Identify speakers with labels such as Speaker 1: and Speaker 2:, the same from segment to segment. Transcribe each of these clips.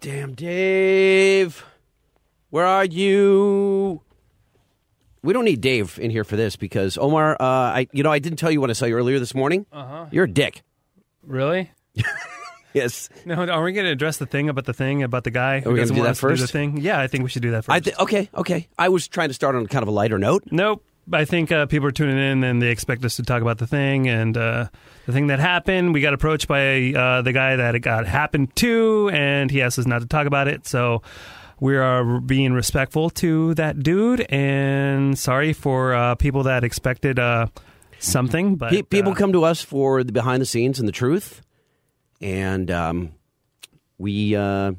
Speaker 1: Damn, Dave. Where are you? We don't need Dave in here for this because Omar, uh, I you know I didn't tell you what I saw you earlier this morning. Uh-huh. You're a dick.
Speaker 2: Really?
Speaker 1: Yes.
Speaker 2: No, are we going to address the thing about the thing about the guy
Speaker 1: we
Speaker 2: who
Speaker 1: gonna
Speaker 2: doesn't
Speaker 1: do
Speaker 2: want
Speaker 1: that
Speaker 2: us to do the
Speaker 1: first?
Speaker 2: thing? Yeah, I think we should do that first.
Speaker 1: I th- okay, okay. I was trying to start on kind of a lighter note.
Speaker 2: nope. I think uh, people are tuning in and they expect us to talk about the thing and uh, the thing that happened. We got approached by uh, the guy that it got happened to, and he asked us not to talk about it. So we are being respectful to that dude, and sorry for uh, people that expected uh, something. But
Speaker 1: Pe- people
Speaker 2: uh,
Speaker 1: come to us for the behind the scenes and the truth, and um, we, uh,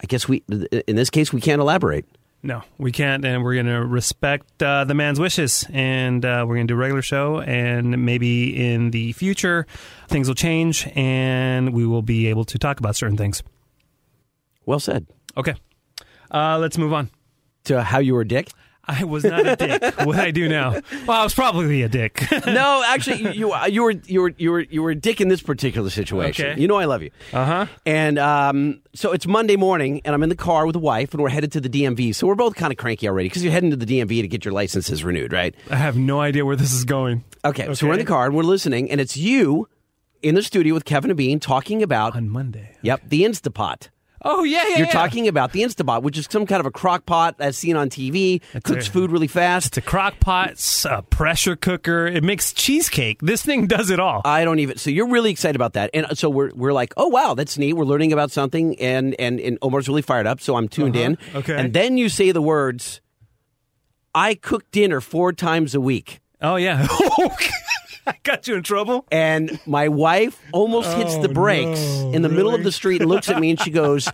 Speaker 1: I guess we, in this case, we can't elaborate.
Speaker 2: No, we can't, and we're going to respect uh, the man's wishes, and uh, we're going to do a regular show, and maybe in the future things will change, and we will be able to talk about certain things.
Speaker 1: Well said.
Speaker 2: Okay, uh, let's move on.
Speaker 1: To how you were a dick?
Speaker 2: I was not a dick. what I do now? Well, I was probably a dick.
Speaker 1: no, actually, you, you you were you were you were you were a dick in this particular situation.
Speaker 2: Okay. Uh-huh.
Speaker 1: You know I love you. Uh huh. And um, so it's Monday morning, and I'm in the car with the wife, and we're headed to the DMV. So we're both kind of cranky already because you're heading to the DMV to get your licenses renewed, right?
Speaker 2: I have no idea where this is going.
Speaker 1: Okay, so we're in the car and we're listening, and it's you in the studio with Kevin and Bean talking about
Speaker 2: On Monday.
Speaker 1: yep the Instapot.
Speaker 2: Oh yeah, yeah.
Speaker 1: You're
Speaker 2: yeah.
Speaker 1: talking about the Instapot, which is some kind of a crock pot as seen on TV, cooks
Speaker 2: a-
Speaker 1: food really fast.
Speaker 2: It's a crock pot, it's a pressure cooker. It makes cheesecake. This thing does it all.
Speaker 1: I don't even. So you're really excited about that, and so we're we're like, oh wow, that's neat. We're learning about something, and and and Omar's really fired up, so I'm tuned in.
Speaker 2: Uh-huh. Okay.
Speaker 1: and then you say the words, "I cook dinner four times a week."
Speaker 2: oh yeah. I got you in trouble. Oh,
Speaker 1: and my wife almost hits the brakes in the middle of the street and looks at me and she goes,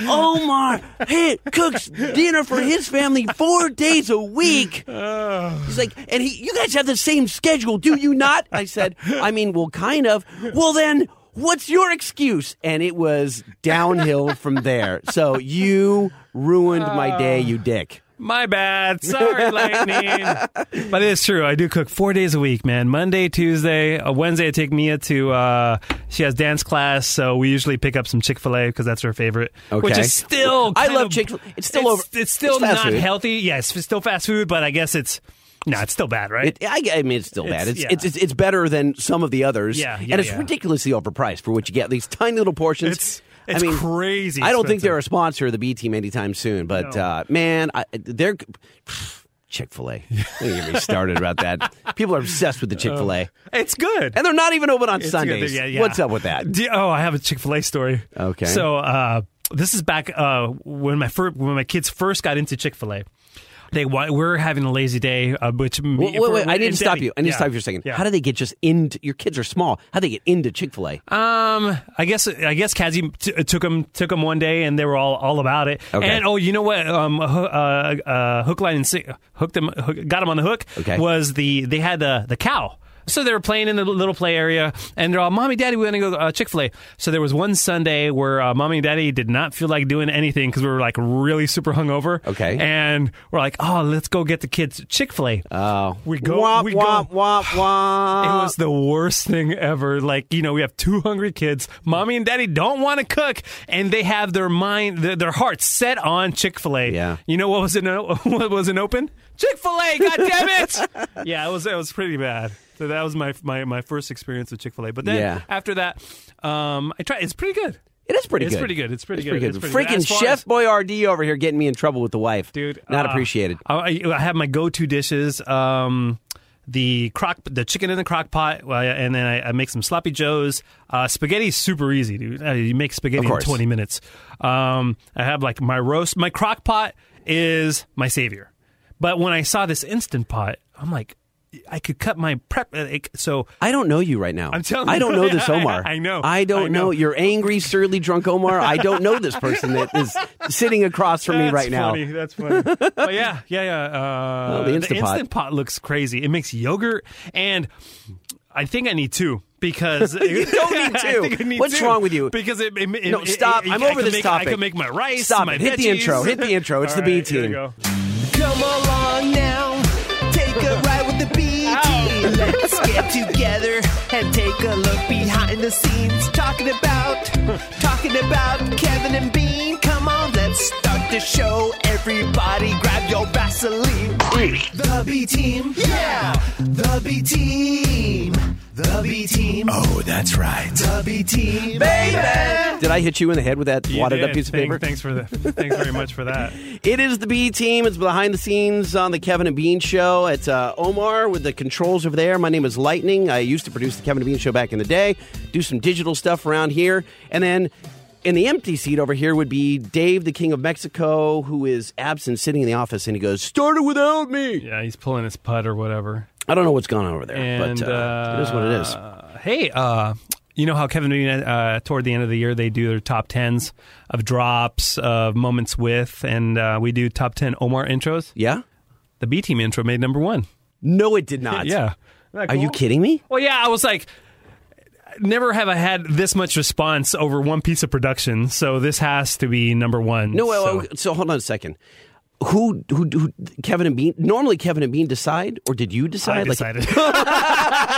Speaker 1: Omar he cooks dinner for his family four days a week. He's like, and he, you guys have the same schedule, do you not? I said, I mean, well, kind of. Well, then. What's your excuse? And it was downhill from there. So you ruined my day, you dick.
Speaker 2: My bad. Sorry, Lightning. but it is true. I do cook four days a week, man. Monday, Tuesday, uh, Wednesday. I take Mia to. Uh, she has dance class, so we usually pick up some Chick Fil A because that's her favorite. Which
Speaker 1: Okay.
Speaker 2: is still.
Speaker 1: I
Speaker 2: kind
Speaker 1: love
Speaker 2: of-
Speaker 1: Chick-fil- it's still over-
Speaker 2: It's still
Speaker 1: it's fast
Speaker 2: not
Speaker 1: food.
Speaker 2: healthy. Yes, it's still fast food, but I guess it's. No, it's still bad, right?
Speaker 1: It, I, I mean, it's still bad. It's,
Speaker 2: It's- yeah.
Speaker 1: it's, it's it's better than some of the others.
Speaker 2: Yeah, yeah,
Speaker 1: and it's
Speaker 2: yeah.
Speaker 1: ridiculously overpriced for what you get. These tiny little portions.
Speaker 2: It's- it's
Speaker 1: I mean,
Speaker 2: crazy
Speaker 1: I don't think
Speaker 2: expensive.
Speaker 1: they're a sponsor of the B Team anytime soon. But
Speaker 2: No.
Speaker 1: uh, man, I, they're Chick Fil A. Don't get me started about that. People are obsessed with the Chick Fil A,
Speaker 2: Um, it's good.
Speaker 1: and they're not even open on
Speaker 2: It's good.
Speaker 1: Sundays.
Speaker 2: Yeah, yeah.
Speaker 1: What's up with that?
Speaker 2: Do- oh, I have a Chick Fil A story.
Speaker 1: Okay.
Speaker 2: So uh, this is back uh, when my fir- when my kids first got into Chick Fil A. They wa- we're having a lazy day, uh, which me-
Speaker 1: Wait, wait, wait, I need
Speaker 2: and
Speaker 1: to stop
Speaker 2: Debbie.
Speaker 1: you. I need
Speaker 2: Yeah.
Speaker 1: to stop you for a second.
Speaker 2: Yeah.
Speaker 1: How do they get just into your kids are small? How do they get into Chick Fil A?
Speaker 2: Um, I guess I guess Kazi t- uh, took them took 'em one day, and they were all all about it.
Speaker 1: Okay.
Speaker 2: And oh, you know what? Um, hoo- uh, uh, hook line and si- hooked them, hook, got them on the hook.
Speaker 1: Okay.
Speaker 2: was the they had the the cow. So they were playing in the little play area, and they're all, "Mommy, Daddy, we're gonna go uh, Chick Fil A." So there was one Sunday where uh, Mommy and Daddy did not feel like doing anything because we were like really super hungover.
Speaker 1: Okay.
Speaker 2: and we're like, "Oh, let's go get the kids Chick Fil A."
Speaker 1: Oh,
Speaker 2: we go,
Speaker 1: Womp,
Speaker 2: we
Speaker 1: womp,
Speaker 2: go.
Speaker 1: womp, womp.
Speaker 2: It was the worst thing ever. Like, you know, we have two hungry kids. Mommy and daddy don't want to cook, and they have their mind, their, their hearts set on Chick fil A.
Speaker 1: Yeah.
Speaker 2: You know what was in, what was in open? Chick fil A, God damn it! yeah, it was, it was pretty bad. So that was my, my, my first experience with Chick fil A. But then
Speaker 1: Yeah.
Speaker 2: after that, um, I tried, it's pretty good.
Speaker 1: It is pretty
Speaker 2: It's
Speaker 1: good.
Speaker 2: pretty good. It's pretty good. It's pretty good.
Speaker 1: Freaking
Speaker 2: As far
Speaker 1: Chef
Speaker 2: as-
Speaker 1: Boyardee over here getting me in trouble with the wife.
Speaker 2: dude.
Speaker 1: Not
Speaker 2: uh,
Speaker 1: appreciated.
Speaker 2: I, I have my go-to dishes. Um, the crock, the chicken in the crock pot, uh, and then I, I make some sloppy joes. Uh, spaghetti's super easy, dude. Uh, you make spaghetti
Speaker 1: Of
Speaker 2: in
Speaker 1: course.
Speaker 2: twenty minutes. Um, I have like my roast. My crock pot is my savior. But when I saw this instant pot, I'm like, I could cut my prep. uh, like, So
Speaker 1: I don't know you right now. I'm
Speaker 2: telling
Speaker 1: I don't
Speaker 2: you.
Speaker 1: know this Omar.
Speaker 2: I know.
Speaker 1: I don't
Speaker 2: I
Speaker 1: know.
Speaker 2: know.
Speaker 1: You're angry, surly, drunk Omar. I don't know this person that is sitting across from me
Speaker 2: That's
Speaker 1: right
Speaker 2: funny.
Speaker 1: now.
Speaker 2: That's funny. but yeah, yeah, yeah. Uh,
Speaker 1: Oh, the Instant Pot.
Speaker 2: Instant Pot looks crazy. It makes yogurt, and I think I need two because you
Speaker 1: don't need two. What's wrong with you?
Speaker 2: Because it, it, it
Speaker 1: No,
Speaker 2: it-
Speaker 1: stop.
Speaker 2: it-
Speaker 1: I'm
Speaker 2: I
Speaker 1: over
Speaker 2: can
Speaker 1: this
Speaker 2: make,
Speaker 1: topic.
Speaker 2: I can make my rice.
Speaker 1: Stop
Speaker 2: my
Speaker 1: it. Hit the
Speaker 2: veggies.
Speaker 1: intro. Hit the intro. It's
Speaker 2: All
Speaker 1: the B
Speaker 2: right, here we
Speaker 1: team.
Speaker 2: go.
Speaker 3: Come along now, take a ride with the B team. Let's get together and take a look behind the scenes. Talking about, talking about Kevin and Bean. Come on, let's start the show. Everybody grab your Vaseline. The B team, yeah. The B team. The B team.
Speaker 4: Oh, that's right.
Speaker 3: The B team. Baby.
Speaker 1: Did I hit you in the head with that
Speaker 2: You
Speaker 1: wadded up
Speaker 2: did.
Speaker 1: piece of
Speaker 2: Thank-
Speaker 1: paper?
Speaker 2: Thanks for that. Thanks very much for that.
Speaker 1: It is the B team. It's behind the scenes on the Kevin and Bean show. It's uh, Omar with the controls over there. My name is Lightning. I used to produce the Kevin and Bean show back in the day, do some digital stuff around here. And then in the empty seat over here would be Dave, the King of Mexico, who is absent sitting in the office. And he goes, Started without me.
Speaker 2: Yeah, he's pulling his putt or whatever.
Speaker 1: I don't know what's gone on over there,
Speaker 2: And
Speaker 1: but uh, it is what it is.
Speaker 2: uh, Hey, uh, you know how Kevin Bean uh, toward the end of the year they do their top tens of drops of moments with, and uh, we do top ten Omar intros.
Speaker 1: Yeah?
Speaker 2: The B Team intro made number one.
Speaker 1: No, it did not.
Speaker 2: Yeah, Isn't that
Speaker 1: Are you
Speaker 2: cool?
Speaker 1: kidding me?
Speaker 2: Well, yeah, I was like, never have I had this much response over one piece of production, so this has to be number one.
Speaker 1: No, well,
Speaker 2: so.
Speaker 1: okay, so. hold on a second. Who, who, who, Kevin and Bean? Normally, Kevin and Bean decide, or did you decide?
Speaker 2: I
Speaker 1: Like-
Speaker 2: decided. so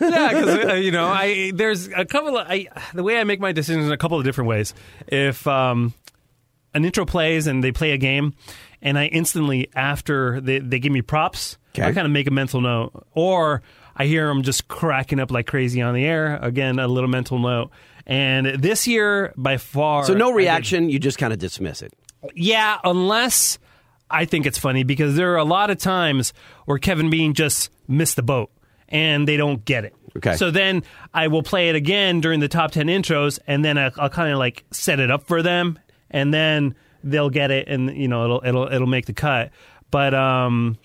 Speaker 2: yeah, because uh, you know, I there's a couple of I the way I make my decisions in a couple of different ways. If um, an intro plays and they play a game, and I instantly after they they give me props, I
Speaker 1: Okay.
Speaker 2: kind of make a mental note, or I hear them just cracking up like crazy on the air. Again, a little mental note. And this year, by far,
Speaker 1: So
Speaker 2: I
Speaker 1: no
Speaker 2: did-
Speaker 1: reaction. You just kind of dismiss it.
Speaker 2: yeah, unless I think it's funny because there are a lot of times where Kevin Bean just missed the boat and they don't get it.
Speaker 1: Okay.
Speaker 2: So then I will play it again during the top 10 intros and then I'll, I'll kind of like set it up for them and then they'll get it and you know it'll it'll it'll make the cut. But um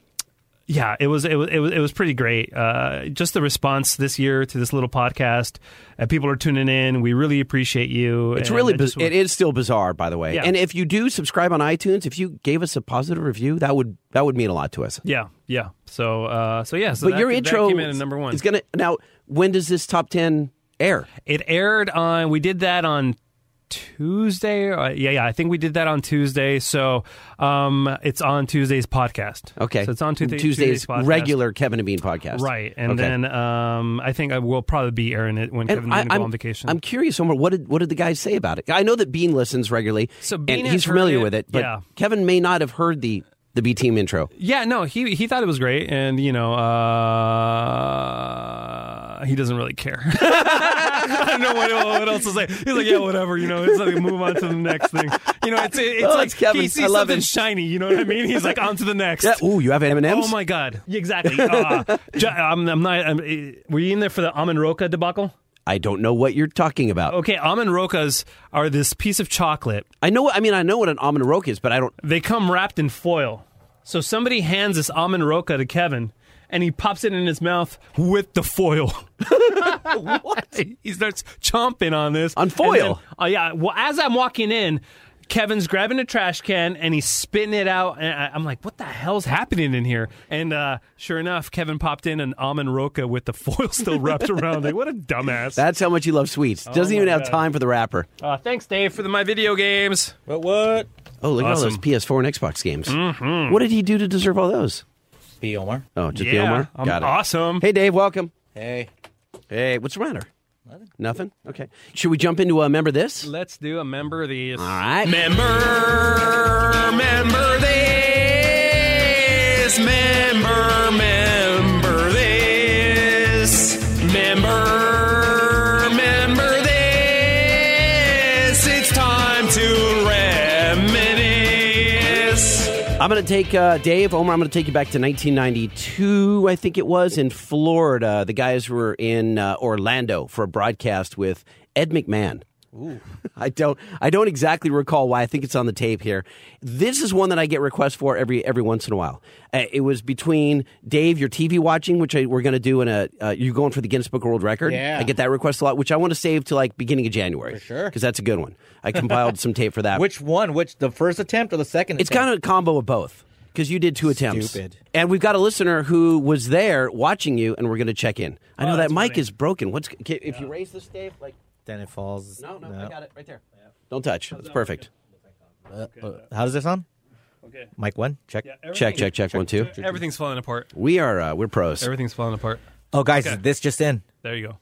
Speaker 2: yeah, it was it was it was, it was pretty great. Uh, just the response this year to this little podcast, uh, people are tuning in. We really appreciate you.
Speaker 1: It's really
Speaker 2: it, just-
Speaker 1: biz- it is still bizarre, by the way.
Speaker 2: Yeah.
Speaker 1: And if you do subscribe on iTunes, if you gave us a positive review, that would that would mean a lot to us.
Speaker 2: Yeah, yeah. So, uh, so yeah. So
Speaker 1: But
Speaker 2: that-
Speaker 1: your
Speaker 2: that
Speaker 1: intro
Speaker 2: came in at number one.
Speaker 1: is gonna now. When does this top ten air?
Speaker 2: it aired on. We did that on Tuesday. Uh, yeah, yeah. I think we did that on Tuesday. So, um, it's on Tuesday's podcast.
Speaker 1: Okay,
Speaker 2: So it's on Tuesday,
Speaker 1: Tuesday's,
Speaker 2: podcast.
Speaker 1: regular Kevin and Bean podcast,
Speaker 2: Right, and
Speaker 1: Okay.
Speaker 2: then um, I think I will probably be airing it when Kevin
Speaker 1: And I,
Speaker 2: Bean go
Speaker 1: I'm
Speaker 2: on vacation.
Speaker 1: I'm curious, Omar. What did what did the guys say about it? I know that Bean listens regularly,
Speaker 2: So Bean
Speaker 1: and
Speaker 2: has
Speaker 1: he's familiar
Speaker 2: heard it,
Speaker 1: with it. But
Speaker 2: yeah.
Speaker 1: Kevin may not have heard the the B team intro.
Speaker 2: yeah, no, he he thought it was great, and you know, uh, he doesn't really care. I don't know what, what else to say. He's like, yeah, whatever, you know, it's like move on to the next thing. You know, it's it's
Speaker 1: Oh,
Speaker 2: like
Speaker 1: it's Kevin.
Speaker 2: he sees
Speaker 1: I love
Speaker 2: something
Speaker 1: it.
Speaker 2: shiny, you know what I mean? He's like on to the next.
Speaker 1: Yeah. Ooh, you have M and M's.
Speaker 2: Oh my god! Exactly. Uh, ju- I'm, I'm not. I'm, eh, were you in there for the almond roca debacle?
Speaker 1: I don't know what you're talking about.
Speaker 2: Okay, almond rocas are this piece of chocolate
Speaker 1: I know. I mean, I know what an almond roque is, but I don't.
Speaker 2: they come wrapped in foil. So somebody hands this almond roca to Kevin, and he pops it in his mouth with the foil. what? He starts chomping on this
Speaker 1: On
Speaker 2: And then-
Speaker 1: foil?
Speaker 2: Oh yeah. Well, as I'm walking in. Kevin's grabbing a trash can and he's spitting it out, and I- I'm like, "What the hell's happening in here?" And uh, sure enough, Kevin popped in an almond roca with the foil still wrapped around it. What a dumbass! Oh
Speaker 1: That's how much he loves sweets. Doesn't even
Speaker 2: my
Speaker 1: have
Speaker 2: God.
Speaker 1: time for the wrapper.
Speaker 2: uh, thanks, Dave, for the, my video games.
Speaker 4: But what?
Speaker 1: Oh, look at all those
Speaker 2: Awesome. Mm-hmm.
Speaker 1: PS4 and Xbox games. What did he do to deserve all those?
Speaker 4: B. Omar.
Speaker 1: Oh, just the
Speaker 2: Yeah,
Speaker 1: Omar.
Speaker 2: I'm
Speaker 1: Got it.
Speaker 2: awesome.
Speaker 1: Hey, Dave, welcome.
Speaker 4: Hey.
Speaker 1: Hey, what's the matter? Nothing. Nothing. Okay. Should we jump into a member this?
Speaker 2: Let's do a member of the.
Speaker 1: All right.
Speaker 2: Member, member this. Member, member this. Member, member this. It's time to reminisce.
Speaker 1: I'm going to take uh, Dave Omar. I'm going to take you back to 1992, I think it was, in Florida. The guys were in uh, Orlando for a broadcast with Ed McMahon. I don't. I don't exactly recall why. I think it's on the tape here. This is one that I get requests for every every once in a while. Uh, it was between Dave, your TV watching, which I, we're going to do in a. Uh, you're going for the Guinness Book of World Record.
Speaker 4: Yeah.
Speaker 1: I get that request a lot, which I want to save to like beginning of January for
Speaker 4: sure.
Speaker 1: because that's a good one. I compiled some tape for that.
Speaker 4: Which one? Which the first attempt or the second?
Speaker 1: It's kind of a combo of both because you did two attempts.
Speaker 4: Stupid.
Speaker 1: And we've got a listener who was there watching you, and we're going to check in. I
Speaker 4: Oh,
Speaker 1: know that
Speaker 2: that's
Speaker 1: mic
Speaker 2: funny.
Speaker 1: is broken. What's can, if you raise this, Dave? Like,
Speaker 4: Then it falls.
Speaker 1: no, no, I got it right there. Don't touch. It's perfect.
Speaker 4: Uh, uh, how does this sound?
Speaker 2: Okay.
Speaker 5: Mike one, check.
Speaker 1: Check, check, check. One, two.
Speaker 2: Everything's falling apart.
Speaker 1: We are uh, we're pros.
Speaker 2: Everything's falling apart.
Speaker 5: Oh, guys,
Speaker 2: Okay.
Speaker 5: this just in.
Speaker 2: There you go.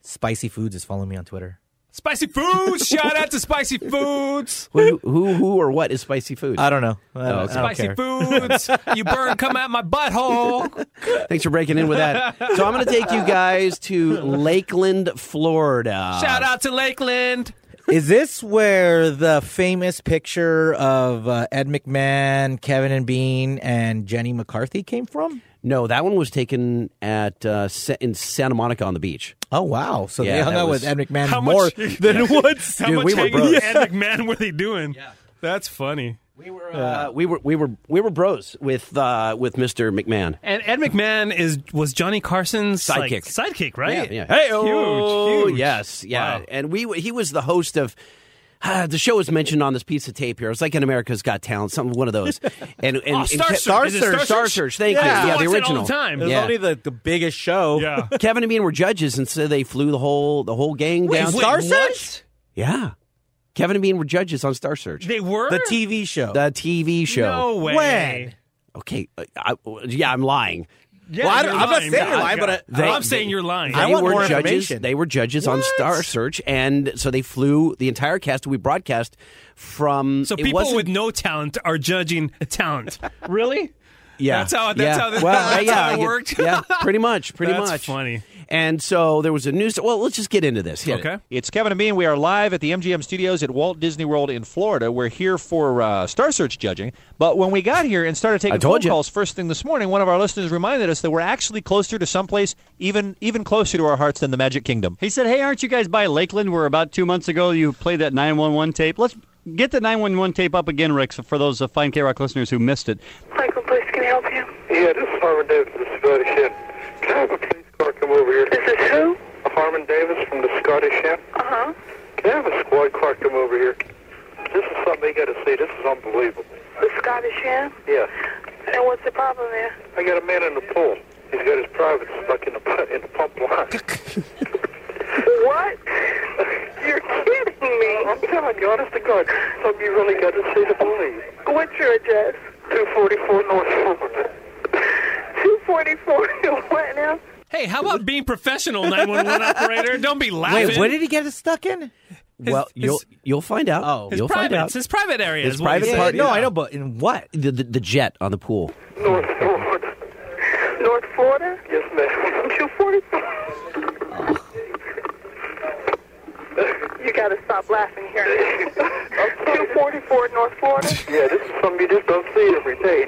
Speaker 5: Spicy Foods is following me on Twitter.
Speaker 2: Spicy foods. Shout out to spicy foods.
Speaker 1: who, who, who, or what is spicy food? Oh,
Speaker 5: I don't know. I don't, I don't
Speaker 2: Spicy
Speaker 5: care.
Speaker 2: foods. You burn. Come out my butthole.
Speaker 1: Thanks for breaking in with that. So I'm going to take you guys to Lakeland, Florida.
Speaker 2: Shout out to Lakeland.
Speaker 5: Is this where the famous picture of uh, Ed McMahon, Kevin and Bean, and Jenny McCarthy came from?
Speaker 1: No, that one was taken at uh, Sa- in Santa Monica on the beach.
Speaker 5: Oh wow! So they
Speaker 1: Yeah,
Speaker 5: hung
Speaker 1: that
Speaker 5: out
Speaker 1: was-
Speaker 5: with Ed McMahon
Speaker 2: How
Speaker 5: more
Speaker 2: much-
Speaker 5: than once.
Speaker 2: How
Speaker 1: Dude,
Speaker 2: much
Speaker 1: we were
Speaker 2: hanging
Speaker 1: bros.
Speaker 2: and McMahon were they doing? That's funny.
Speaker 1: We were uh, we were we were we were bros with uh, with Mr. McMahon.
Speaker 2: And Ed McMahon is was Johnny Carson's like,
Speaker 1: Sidekick.
Speaker 2: sidekick, right?
Speaker 1: Yeah, yeah. Hey,
Speaker 2: huge, huge.
Speaker 1: yes, yeah.
Speaker 2: Wow.
Speaker 1: And we he was the host of. ah, the show was mentioned on this piece of tape here. It's like an America's Got Talent, some one of those. And, and,
Speaker 2: Oh,
Speaker 1: and
Speaker 2: Star
Speaker 1: Ke-
Speaker 2: Search. Is it Star
Speaker 1: Star
Speaker 2: Search?
Speaker 1: Search. Thank
Speaker 2: I used to
Speaker 1: you. Yeah,
Speaker 2: watch
Speaker 1: the
Speaker 2: that
Speaker 1: original.
Speaker 2: all the time.
Speaker 1: was Yeah. only
Speaker 5: the, the biggest show.
Speaker 2: Yeah.
Speaker 1: Kevin and Bean were judges, and so they flew the whole the whole gang down.
Speaker 5: Star Search?
Speaker 1: Yeah, Kevin and Bean were judges on Star Search,
Speaker 2: They were
Speaker 5: The TV show.
Speaker 1: the TV show.
Speaker 2: No way.
Speaker 5: When?
Speaker 1: Okay, uh, I, yeah, I'm lying.
Speaker 2: Yeah,
Speaker 5: Well, I
Speaker 2: you're
Speaker 5: don't- I'm not
Speaker 2: lying.
Speaker 5: saying
Speaker 2: Yeah,
Speaker 5: you're lying, but I-
Speaker 1: They-
Speaker 2: I'm saying you're lying.
Speaker 1: They
Speaker 5: I want
Speaker 1: were
Speaker 5: more
Speaker 1: judges.
Speaker 5: information.
Speaker 1: They were judges on Star Search, and so they flew the entire cast. We broadcast from.
Speaker 2: so
Speaker 1: it
Speaker 2: people
Speaker 1: wasn't-
Speaker 2: with no talent are judging talent. really?
Speaker 1: yeah,
Speaker 2: that's how- that's
Speaker 1: yeah.
Speaker 2: how this-
Speaker 1: well,
Speaker 2: that's
Speaker 1: yeah,
Speaker 2: how it
Speaker 1: yeah,
Speaker 2: worked.
Speaker 1: yeah, pretty much, pretty
Speaker 2: That's
Speaker 1: much.
Speaker 2: funny.
Speaker 1: And so there was a news. Well, let's just get into this. Hit it.
Speaker 2: Okay.
Speaker 6: It's Kevin and me, and we are live at the MGM Studios at Walt Disney World in Florida. We're here for uh, Star Search judging. But when we got here and started taking
Speaker 1: told
Speaker 6: phone
Speaker 1: you.
Speaker 6: calls first thing this morning, one of our listeners reminded us that we're actually closer to someplace even even closer to our hearts than the Magic Kingdom.
Speaker 7: He said, "Hey, aren't you guys by Lakeland? Where about two months ago you played that 911 tape. Let's get the 911 tape up again, Rick, so for those uh, fine K Rock listeners who missed it.
Speaker 3: Michael, please, can I help you?
Speaker 8: Yeah, this is Harmon Davis from the Scottish Inn. Can I have a police car come over here?
Speaker 3: This is who?
Speaker 8: Harmon Davis from the Scottish Inn.
Speaker 3: Uh-huh.
Speaker 8: Can I have a squad car come over here? This is something they got to see. This is unbelievable.
Speaker 3: The Scottish Inn?
Speaker 8: Yeah.
Speaker 3: And what's the problem there?
Speaker 8: I got a man in the pool. He's got his private stuck in the pu- in the pump line.
Speaker 3: What? You're kidding
Speaker 8: Oh, I'm
Speaker 3: me.
Speaker 8: telling you, honest to God, some you really got to see the believe.
Speaker 3: What's your address?
Speaker 8: 244 North Florida.
Speaker 3: 244 what now?
Speaker 2: Hey, how about being professional, 911 operator? Don't be laughing.
Speaker 5: Wait, what did he get us stuck in?
Speaker 1: Well, you'll you'll find out.
Speaker 5: Oh. His
Speaker 1: you'll
Speaker 2: private,
Speaker 1: find out.
Speaker 2: It's his private area.
Speaker 1: His
Speaker 2: is what he
Speaker 1: private
Speaker 2: said.
Speaker 1: part-
Speaker 5: no, I know, but in what?
Speaker 1: the, the, the jet on the pool.
Speaker 8: North Florida.
Speaker 3: North Florida?
Speaker 8: Yes, ma'am.
Speaker 3: 244? You gotta stop laughing here. 244 North Florida?
Speaker 8: Yeah, this is something you just don't see every day.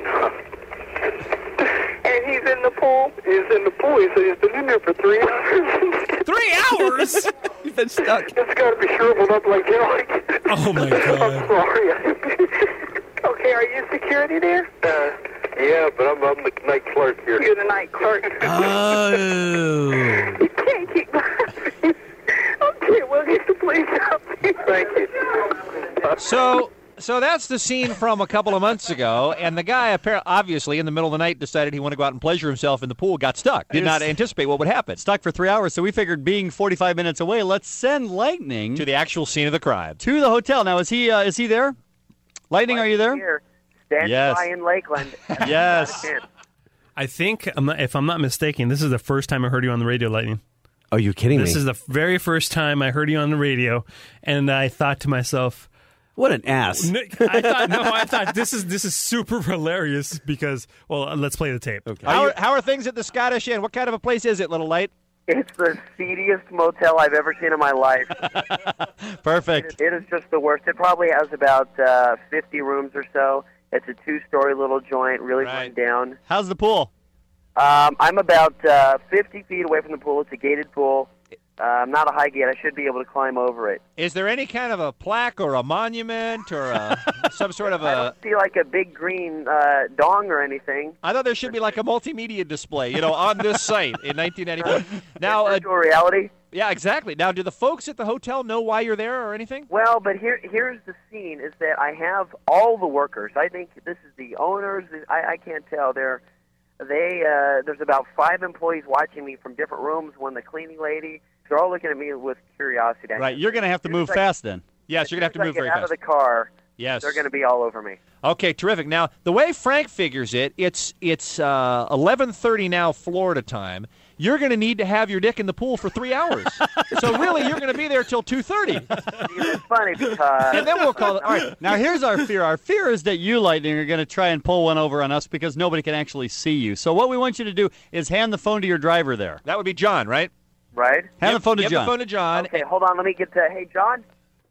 Speaker 3: And he's in the pool?
Speaker 8: He's in the pool. He said he's been in there for three hours.
Speaker 2: Three hours.
Speaker 1: You've been stuck.
Speaker 8: It's got to be shriveled up like hell.
Speaker 2: oh my
Speaker 8: I'm
Speaker 2: god.
Speaker 8: sorry.
Speaker 3: Okay, are you security there?
Speaker 8: uh, yeah, but I'm, I'm the night clerk here.
Speaker 3: You're the night clerk.
Speaker 2: Uh,
Speaker 1: Oh.
Speaker 3: You can't keep laughing. Okay, we'll get the police out there. Thank you.
Speaker 6: So so that's the scene from a couple of months ago, and the guy apparently, obviously, in the middle of the night, decided he wanted to go out and pleasure himself in the pool. Got stuck. Did not anticipate what would happen. Stuck
Speaker 7: Stuck for three hours, so we figured being 45 minutes away, let's send Lightning
Speaker 6: to
Speaker 7: to the,
Speaker 6: the actual scene of the crime.
Speaker 7: hotel. Now, is he uh, is he there? Lightning, are you there?
Speaker 9: Here, stand
Speaker 6: Yes.
Speaker 9: by in Lakeland.
Speaker 6: Yes.
Speaker 2: I think, I'm not- if I'm not mistaken, this is the first time I heard you on the radio, Lightning.
Speaker 1: Are you kidding
Speaker 2: This
Speaker 1: me?
Speaker 2: is the very first time I heard you on the radio, and I thought to myself,
Speaker 1: what an ass.
Speaker 2: No, I thought no, I thought this is this is super hilarious because well, uh, let's play the tape. Okay.
Speaker 6: How, are, how are things at the Scottish Inn? What kind of a place is it, Little Light?
Speaker 9: It's the seediest motel I've ever seen in my life.
Speaker 6: Perfect.
Speaker 9: It is just the worst. It probably has about uh, 50 rooms or so. It's a two-story little joint, really
Speaker 6: Right.
Speaker 9: run down.
Speaker 6: How's the pool?
Speaker 9: Um, I'm about uh, 50 feet away from the pool. It's a gated pool. Um, not a high gate. I should be able to climb over it.
Speaker 6: Is there any kind of a plaque or a monument or a, some sort of
Speaker 9: I don't
Speaker 6: a?
Speaker 9: see like a big green uh, dong or anything.
Speaker 6: I thought there should be like a multimedia display, you know, on this site in 1991. Now, uh,
Speaker 9: Virtual reality.
Speaker 6: yeah, exactly. Now, do the folks at the hotel know why you're there or anything?
Speaker 9: Well, but here here's the scene is that I have all the workers. I think this is the owners. I, I can't tell. They're they uh, there's about five employees watching me from different rooms. One the cleaning lady. They're all looking at me with curiosity.
Speaker 7: Right, you're going to have to
Speaker 9: As soon
Speaker 7: move
Speaker 9: as I-
Speaker 7: fast then.
Speaker 6: Yes, you're gonna have
Speaker 9: as
Speaker 6: to
Speaker 9: soon as
Speaker 6: move
Speaker 9: I
Speaker 6: very
Speaker 9: get out
Speaker 6: fast.
Speaker 9: of the car.
Speaker 6: Yes.
Speaker 9: They're going to be all over me.
Speaker 6: Okay, terrific. Now, the way Frank figures it, it's it's uh, 11:30 now Florida time. You're going to need to have your dick in the pool for 3 hours. so really, you're going to be there till 2:30.
Speaker 9: It's funny because
Speaker 6: And then we'll call it. All right.
Speaker 7: Now here's our fear. Our fear is that you, Lightning, are going to try and pull one over on us because nobody can actually see you. So what we want you to do is hand the phone to your driver there.
Speaker 6: That would be John, right?
Speaker 9: right?
Speaker 7: Hand the phone to
Speaker 6: Give
Speaker 7: John.
Speaker 6: the phone to John.
Speaker 9: Okay, hold on. Let me get to. Hey, John.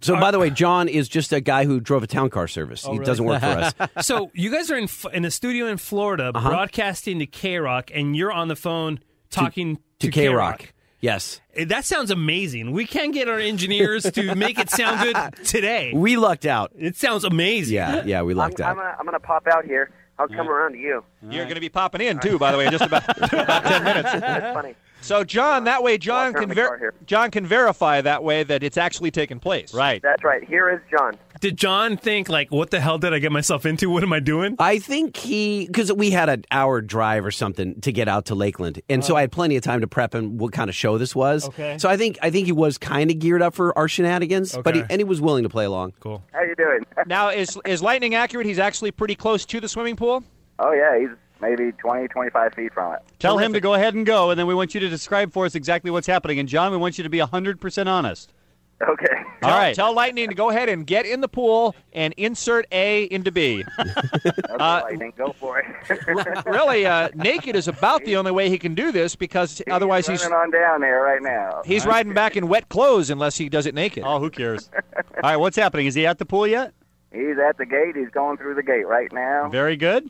Speaker 1: So, by the way, John is just a guy who drove a town car service.
Speaker 2: Oh,
Speaker 1: he doesn't work for us. Uh-huh.
Speaker 2: So you guys are in f- in a studio in Florida, broadcasting to K Rock, and you're on the phone talking to,
Speaker 1: To K Rock. Yes.
Speaker 2: Eh, That sounds amazing. We can get our engineers to make it sound good today.
Speaker 1: We lucked out.
Speaker 2: It sounds amazing.
Speaker 1: Yeah, yeah, we
Speaker 9: I'm,
Speaker 1: lucked
Speaker 9: I'm,
Speaker 1: out.
Speaker 9: gonna, I'm gonna pop out here. I'll come around to you.
Speaker 6: You're going to be popping in too, by the way, in just about, about 10 minutes.
Speaker 9: That's funny.
Speaker 6: So John, that way John
Speaker 9: turn
Speaker 6: can
Speaker 9: the car
Speaker 6: ver-
Speaker 9: here.
Speaker 6: John can verify that way that it's actually taken place.
Speaker 7: Right.
Speaker 9: That's right. Here is John.
Speaker 2: Did John think like, "What the hell did I get myself into? What am I doing?"
Speaker 1: I think he because we had an hour drive or something to get out to Lakeland, and so I had plenty of time to prep and what kind of show this was.
Speaker 2: Uh. Okay.
Speaker 1: So I think I think he was kind of geared up for our shenanigans, but he,
Speaker 2: Okay.
Speaker 1: and he was willing to play along.
Speaker 2: Cool.
Speaker 9: How you doing?
Speaker 6: Now is is lightning accurate? He's actually pretty close to the swimming pool.
Speaker 10: Oh yeah, he's maybe 20, 25 feet from it.
Speaker 7: Tell him to go ahead and go, and then we want you to describe for us exactly what's happening. And John, we want you to be hundred percent honest.
Speaker 10: Okay.
Speaker 6: Tell-
Speaker 7: All right.
Speaker 6: Tell Lightning to go ahead and get in the pool and insert A into B.
Speaker 10: Okay, Lightning, go for it.
Speaker 6: Uh, really, uh, naked is about the only way he can do this because otherwise he's
Speaker 10: running on down there right now.
Speaker 6: he's riding back in wet clothes unless he does it naked.
Speaker 7: Oh, who cares? All right, what's happening? Is he at the pool yet?
Speaker 10: He's at the gate. He's going through the gate right now.
Speaker 7: Very good.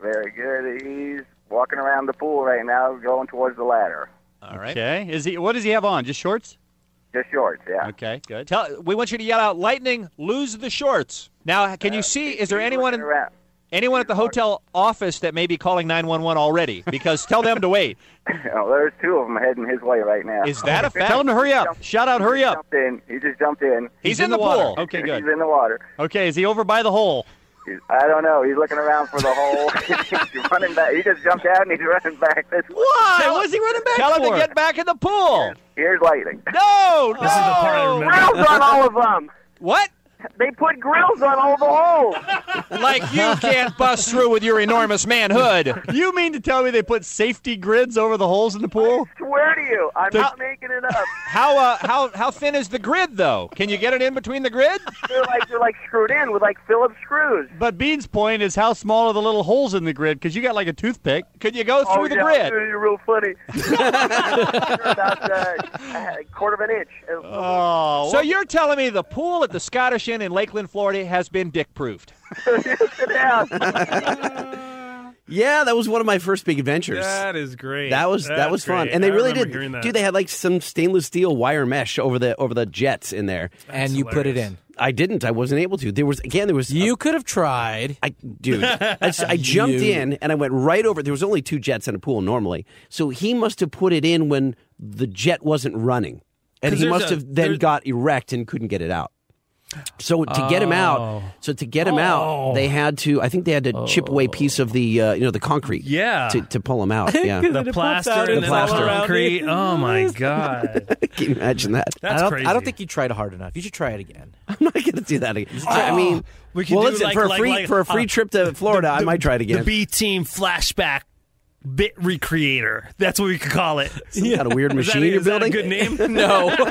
Speaker 10: Very good. He's walking around the pool right now, going towards the ladder.
Speaker 6: All right.
Speaker 7: Okay. Is he? What does he have on? Just shorts?
Speaker 10: Just shorts, yeah.
Speaker 7: Okay. Good.
Speaker 6: Tell we want you to yell out, "Lightning, lose the shorts!" Now, can you see? Is there
Speaker 10: He's
Speaker 6: anyone
Speaker 10: looking
Speaker 6: in,
Speaker 10: around.
Speaker 6: anyone at the hotel office that may be calling nine one one already? Because tell them to wait.
Speaker 10: Oh, there's two of them heading his way right now.
Speaker 6: Is that a fact?
Speaker 7: Tell him to hurry up. Shout out, hurry
Speaker 10: He just
Speaker 7: up.
Speaker 10: Jumped in. He just jumped in.
Speaker 6: He's, in, the,
Speaker 7: water.
Speaker 6: pool.
Speaker 7: Okay.
Speaker 10: He's
Speaker 7: Good.
Speaker 10: in the water.
Speaker 7: Okay. Is he over by the hole?
Speaker 10: He's, I don't know. He's looking around for the hole. he's running back. He just jumped out and he's running back. This way.
Speaker 7: Why?
Speaker 6: Tell-
Speaker 7: What is he running back
Speaker 6: Tell
Speaker 7: for?
Speaker 6: him to get back in the pool.
Speaker 10: Here's lightning.
Speaker 6: No,
Speaker 2: This is the part I
Speaker 6: no.
Speaker 2: remember.
Speaker 9: Grills on all of them.
Speaker 6: What?
Speaker 9: They put grills on all the holes.
Speaker 6: Like you can't bust through with your enormous manhood.
Speaker 7: You mean to tell me they put safety grids over the holes in the pool?
Speaker 9: Swear to you, I'm not making it up.
Speaker 6: How uh, how how thin is the grid though? Can you get it in between the grid?
Speaker 9: They're like they're like screwed in with like Phillips screws.
Speaker 7: But Bean's point is how small are the little holes in the grid? Because you got like a toothpick.
Speaker 6: Could you go through
Speaker 9: oh,
Speaker 6: the
Speaker 9: yeah,
Speaker 6: grid?
Speaker 9: You're real funny. They're about uh, a quarter of an inch.
Speaker 7: Oh,
Speaker 6: So you're telling me the pool at the Scottish Inn in Lakeland, Florida, has been dick proofed?
Speaker 9: Sit down.
Speaker 1: Yeah, that was one of my first big adventures.
Speaker 2: That is great.
Speaker 1: That was that
Speaker 2: That's
Speaker 1: was fun,
Speaker 2: great.
Speaker 1: and they
Speaker 2: I
Speaker 1: really
Speaker 2: remember
Speaker 1: did.
Speaker 2: hearing that.
Speaker 1: Dude, they had like some stainless steel wire mesh over the over the jets in there.
Speaker 5: and you put it in.
Speaker 2: hilarious.
Speaker 1: I didn't. I wasn't able to. There was again. There was
Speaker 5: You could have tried.
Speaker 1: I, dude, I, s- I jumped
Speaker 5: You-
Speaker 1: in and I went right over. There was only two jets in a pool normally, so he must have put it in when the jet wasn't running, and
Speaker 2: 'Cause
Speaker 1: he
Speaker 2: there's
Speaker 1: must
Speaker 2: a-
Speaker 1: have
Speaker 2: there-
Speaker 1: then got erect and couldn't get it out. So to get him out, so to get him
Speaker 2: Oh.
Speaker 1: out, they had to. I think they had to chip away a piece of the uh, you know the concrete,
Speaker 2: Yeah.
Speaker 1: to, to pull him out. Yeah,
Speaker 2: the plaster and
Speaker 1: The
Speaker 2: then all
Speaker 1: plaster.
Speaker 2: concrete. Oh my god,
Speaker 1: can you imagine that?
Speaker 5: I
Speaker 2: that's
Speaker 5: don't,
Speaker 2: crazy.
Speaker 5: I don't think you tried hard enough. You should try it again.
Speaker 1: I'm not going to do that again. I mean,
Speaker 2: we can
Speaker 1: well,
Speaker 2: do
Speaker 1: listen
Speaker 2: like-
Speaker 1: for a
Speaker 2: like-
Speaker 1: free
Speaker 2: like,
Speaker 1: for a free
Speaker 2: uh,
Speaker 1: trip to Florida. I might try it again.
Speaker 2: The B team flashback bit recreator. That's what we could call it.
Speaker 1: Some kind of weird
Speaker 2: Is that,
Speaker 1: machine you're
Speaker 2: is that a
Speaker 1: building.
Speaker 2: good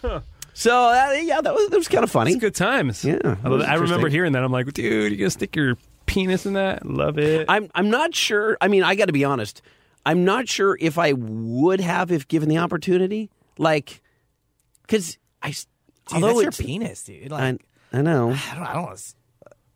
Speaker 2: name?
Speaker 1: No. so uh, yeah, that was that was kind of funny.
Speaker 2: It's good times.
Speaker 1: Yeah,
Speaker 2: I,
Speaker 1: that
Speaker 2: love
Speaker 1: was
Speaker 2: it. I remember
Speaker 1: interesting.
Speaker 2: hearing that. I'm like, dude, you gonna stick your penis in that? Love it.
Speaker 1: I'm I'm not sure. I mean, I got to be honest. I'm not sure if I would have if given the opportunity. Like, because I s-
Speaker 5: Dude,
Speaker 1: although
Speaker 5: that's
Speaker 1: it's
Speaker 5: your penis, dude.
Speaker 1: I,
Speaker 5: Like,
Speaker 1: I know.
Speaker 5: I, don't, I don't want to.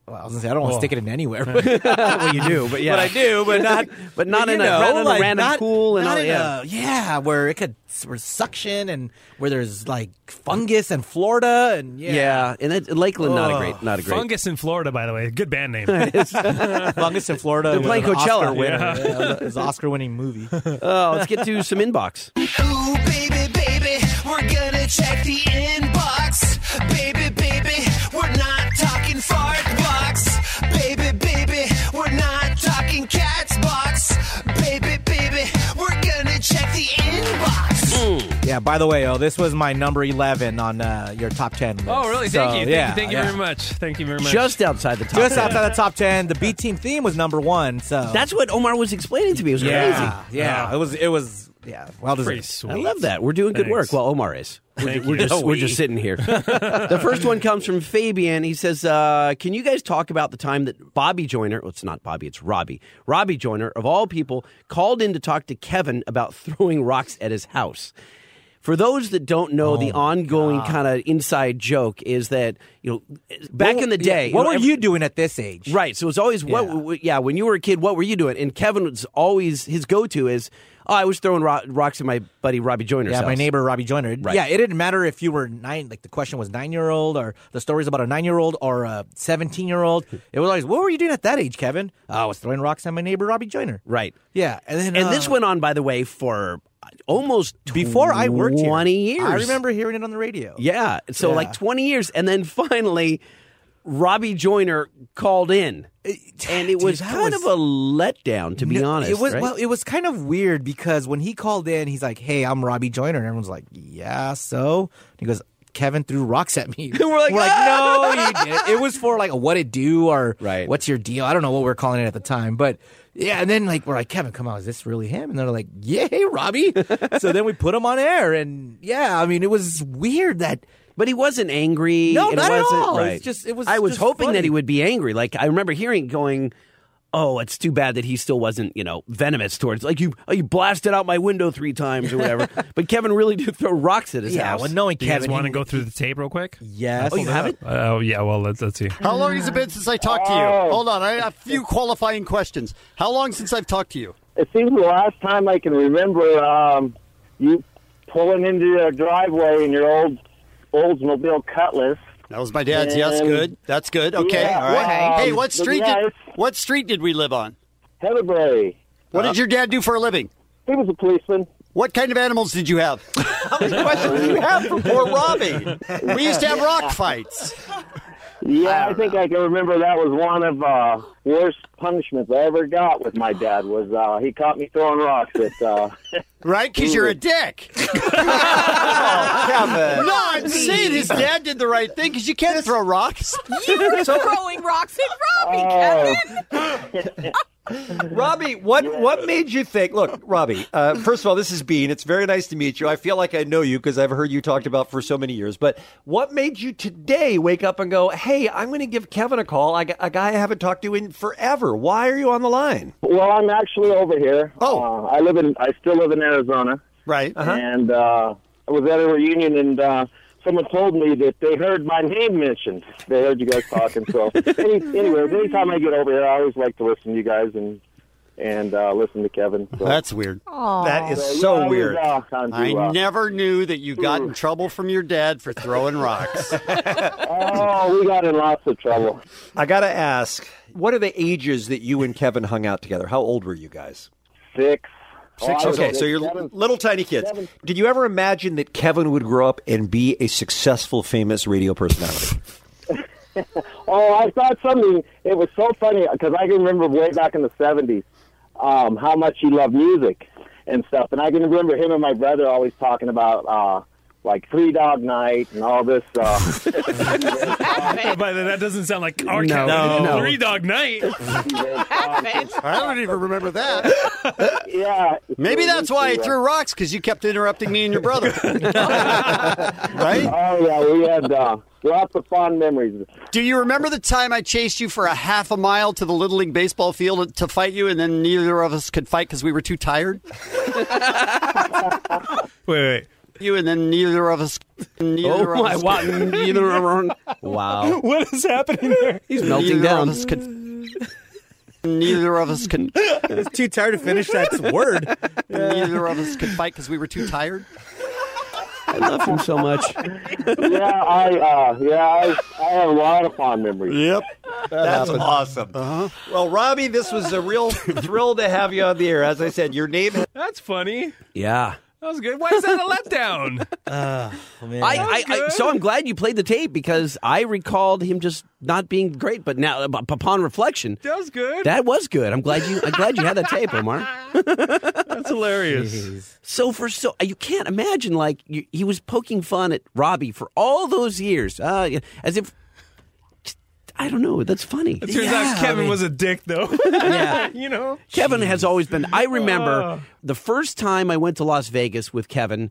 Speaker 5: Well, I was gonna say I don't want
Speaker 2: Oh.
Speaker 5: to stick it in anywhere. But,
Speaker 1: well, you do, but yeah,
Speaker 5: but I do, but not.
Speaker 1: But not
Speaker 5: you
Speaker 1: in a,
Speaker 5: know,
Speaker 1: not in a
Speaker 5: like,
Speaker 1: random
Speaker 5: not-
Speaker 1: pool and
Speaker 5: not
Speaker 1: all.
Speaker 5: in
Speaker 1: yeah.
Speaker 5: a- yeah, where it could where suction and where there's like fungus and Florida and
Speaker 1: yeah,
Speaker 5: yeah,
Speaker 1: and it, Lakeland, not a great, not a great.
Speaker 2: Fungus in Florida, by the way. Good band name.
Speaker 5: fungus in Florida. They're
Speaker 1: playing Coachella.
Speaker 5: Oscar winner. Yeah. it was an Oscar-winning movie.
Speaker 1: Oh, let's get to some inbox.
Speaker 5: Ooh, baby, baby, we're gonna check the inbox. Baby, baby, we're not talking fart box. Baby, baby, we're not talking cat's box. Baby, baby, we're gonna check the inbox.
Speaker 1: Yeah,
Speaker 5: By the way, oh, this was my number 11 on uh, your top 10 list.
Speaker 2: Oh, really?
Speaker 5: So,
Speaker 2: Thank you. Thank
Speaker 5: yeah,
Speaker 2: you. Thank you
Speaker 5: yeah.
Speaker 2: very much. Thank you very much.
Speaker 5: Just
Speaker 1: outside the
Speaker 2: top
Speaker 5: Just
Speaker 2: 10.
Speaker 5: outside the top 10. The B team theme was number one. So
Speaker 1: That's what Omar was explaining to me. It was
Speaker 5: yeah,
Speaker 1: crazy.
Speaker 5: Yeah, it was. It was. Yeah, well deserved.
Speaker 1: I love that. We're doing good work. Well, Omar is. We're,
Speaker 5: Thank
Speaker 1: we're
Speaker 5: you.
Speaker 1: just we're
Speaker 5: We.
Speaker 1: just sitting here. the first one comes from Fabian. He says, uh, "Can you guys talk about the time that Bobby Joyner? Well, it's not Bobby. It's Robbie. Robbie Joyner, of all people, called in to talk to Kevin about throwing rocks at his house." For those that don't know, the
Speaker 5: Oh,
Speaker 1: ongoing kind of inside joke is that you know, back
Speaker 5: What-
Speaker 1: in the day,
Speaker 5: yeah, what
Speaker 1: you know,
Speaker 5: were
Speaker 1: every-
Speaker 5: you doing at this age?
Speaker 1: Right. So it's always what yeah. yeah, when you were a kid, what were you doing? And Kevin was always his go-to is, "Oh, I was throwing ro- rocks at my buddy Robbie Joyner's
Speaker 5: Yeah, my
Speaker 1: house."
Speaker 5: neighbor Robbie Joyner.
Speaker 1: Right.
Speaker 5: Yeah, it didn't matter if you were nine. Like the question was nine year old, or the stories about a nine year old or a seventeen year old. It was always, "What were you doing at that age, Kevin?" "Oh, I was throwing rocks at my neighbor Robbie Joyner.
Speaker 1: Right.
Speaker 5: Yeah, and then
Speaker 1: And this
Speaker 5: uh,
Speaker 1: went on by the way for almost
Speaker 5: before I worked here,
Speaker 1: 20 years.
Speaker 5: I remember hearing it on the radio.
Speaker 1: Yeah. So
Speaker 5: Yeah.
Speaker 1: like 20 years and then finally Robbie Joyner called in. And it was
Speaker 5: Uh, that
Speaker 1: kind
Speaker 5: was-
Speaker 1: of a letdown to be
Speaker 5: No,
Speaker 1: honest,
Speaker 5: It was
Speaker 1: right?
Speaker 5: well, it was kind of weird because when he called in, he's like, "Hey, I'm Robbie Joyner," and everyone's like, "Yeah, so." he goes, "Kevin threw rocks at me."
Speaker 1: we're like,
Speaker 11: "Ah!"
Speaker 5: no, you didn't. It was for like what it do or what's your deal. I don't know what we are calling it at the time, but yeah. And then like we're like, Kevin, come on, is this really him? And they're like, Yeah, hey, Robbie. so then we put him on air, and yeah, I mean, it was weird that.
Speaker 1: But he wasn't angry.
Speaker 5: No,
Speaker 1: and
Speaker 5: not
Speaker 1: it
Speaker 5: at
Speaker 1: wasn't,
Speaker 5: all. It was
Speaker 1: Right.
Speaker 5: just- it was
Speaker 1: I was
Speaker 5: just
Speaker 1: hoping that
Speaker 5: funny.
Speaker 1: he would be angry. Like I remember hearing it going, "Oh, it's too bad that he still wasn't, you know, venomous towards like you. Oh, you blasted out my window three times or whatever." but Kevin really did throw rocks at his
Speaker 5: Yeah,
Speaker 1: house.
Speaker 5: well, knowing
Speaker 2: Do you guys want to go through the tape real quick?
Speaker 5: Yes.
Speaker 1: Oh, you have it?
Speaker 2: Oh, yeah. Well, let's, let's see.
Speaker 7: How long has it been since I talked to
Speaker 9: Oh.
Speaker 7: you? Hold on, I have a few qualifying questions. How long since I've talked to you?
Speaker 12: It seems the last time I can remember um, you pulling into your driveway in your old Oldsmobile Cutlass.
Speaker 7: That was my Dad's,
Speaker 13: Um,
Speaker 7: yes, good. That's good. Okay,
Speaker 12: Yeah,
Speaker 7: all right.
Speaker 12: well,
Speaker 7: hey, what
Speaker 12: the
Speaker 7: street?
Speaker 12: guys-
Speaker 7: Did, what street did we live on?
Speaker 12: Heatherbury. Uh,
Speaker 7: What did your dad do for a living?
Speaker 12: He was a policeman.
Speaker 7: What kind of animals did you have? How many questions do you have for poor Robbie? We used to have rock fights.
Speaker 12: Yeah,
Speaker 7: Ah.
Speaker 12: I, think I can remember that was one of uh, worst punishments I ever got with my dad. Was uh, he caught me throwing rocks at? Uh,
Speaker 7: Right? Because you're a dick. No, I'm saying his dad did the right thing because you can't throw rocks.
Speaker 13: You're
Speaker 7: So-
Speaker 13: throwing rocks at Robbie,
Speaker 9: Oh.
Speaker 13: Kevin.
Speaker 6: Robbie, what what made you think? Look, Robbie. Uh, first of all, this is Bean. It's very nice to meet you. I feel like I know you because I've heard you talked about for so many years. But what made you today wake up and go, "Hey, I'm going to give Kevin a call. I, got- a guy I haven't talked to in forever. Why are you on the line?"
Speaker 12: well, I'm actually over here. Oh, uh, I live in. I still live in Arizona.
Speaker 7: Right. uh-huh.
Speaker 12: And uh, I was at a reunion, and uh, someone told me that they heard my name mentioned. They heard you guys talking. So, any, anyways, anytime I get over here, I always like to listen to you guys and and uh, listen to Kevin. So.
Speaker 7: That's weird. That
Speaker 12: So,
Speaker 7: is so
Speaker 12: yeah, I was,
Speaker 7: weird.
Speaker 12: uh, kind of,
Speaker 7: I
Speaker 12: uh,
Speaker 7: never knew that you got in trouble from your dad for throwing rocks.
Speaker 12: Oh, we got in lots of trouble.
Speaker 6: I got to ask, what are the ages that you and Kevin hung out together? How old were you guys?
Speaker 12: Six.
Speaker 6: Six.
Speaker 12: Oh, I was
Speaker 6: okay,
Speaker 12: a-
Speaker 6: so you're
Speaker 12: seven-
Speaker 6: little tiny kids.
Speaker 12: seven.
Speaker 6: Did you ever imagine that Kevin would grow up and be a successful, famous radio personality?
Speaker 12: Oh, I thought something. It was so funny because I can remember way back in the '70s um, how much he loved music and stuff, and I can remember him and my brother always talking about uh, like Three Dog Night and all this. Uh,
Speaker 2: By the, that doesn't sound like our
Speaker 12: No,
Speaker 2: Kevin.
Speaker 12: no.
Speaker 2: Three Dog Night.
Speaker 7: I don't even remember that.
Speaker 12: yeah.
Speaker 7: Maybe that's why I threw rocks because you kept interrupting me and your brother. right?
Speaker 12: Oh yeah, we had uh, lots of fond memories.
Speaker 7: Do you remember the time I chased you for a half a mile to the Little League baseball field to fight you, and then neither of us could fight because we were too tired?
Speaker 2: Wait, wait.
Speaker 7: You and then neither of us. Neither
Speaker 1: Oh, my,
Speaker 7: of us
Speaker 1: wow, neither of our
Speaker 7: Wow.
Speaker 2: What is happening there?
Speaker 1: He's melting
Speaker 7: neither
Speaker 1: down.
Speaker 7: Of us could, neither of us could.
Speaker 5: I was too tired to finish that word.
Speaker 7: Neither of us could fight because we were too tired.
Speaker 1: I love him so much.
Speaker 12: yeah, I uh, yeah, I, I have a lot of fond memories.
Speaker 7: Yep.
Speaker 6: That's awesome. Well, Robbie, this was a real thrill to have you on the air. As I said, your name.
Speaker 2: That's funny.
Speaker 1: Yeah.
Speaker 2: That was good. Why is that a letdown?
Speaker 1: I, I, I, so I'm glad you played the tape because I recalled him just not being great, but now up- upon reflection,
Speaker 2: That was good.
Speaker 1: that was good. I'm glad you. I'm glad you had that tape, Omar.
Speaker 2: That's hilarious.
Speaker 1: So for so uh, you can't imagine like you, he was poking fun at Robbie for all those years, uh, yeah, as if I don't know. That's funny.
Speaker 2: It turns out Kevin was a dick, though.
Speaker 1: Yeah.
Speaker 2: you know.
Speaker 1: Kevin has always been. I remember
Speaker 2: Ah.
Speaker 1: the first time I went to Las Vegas with Kevin.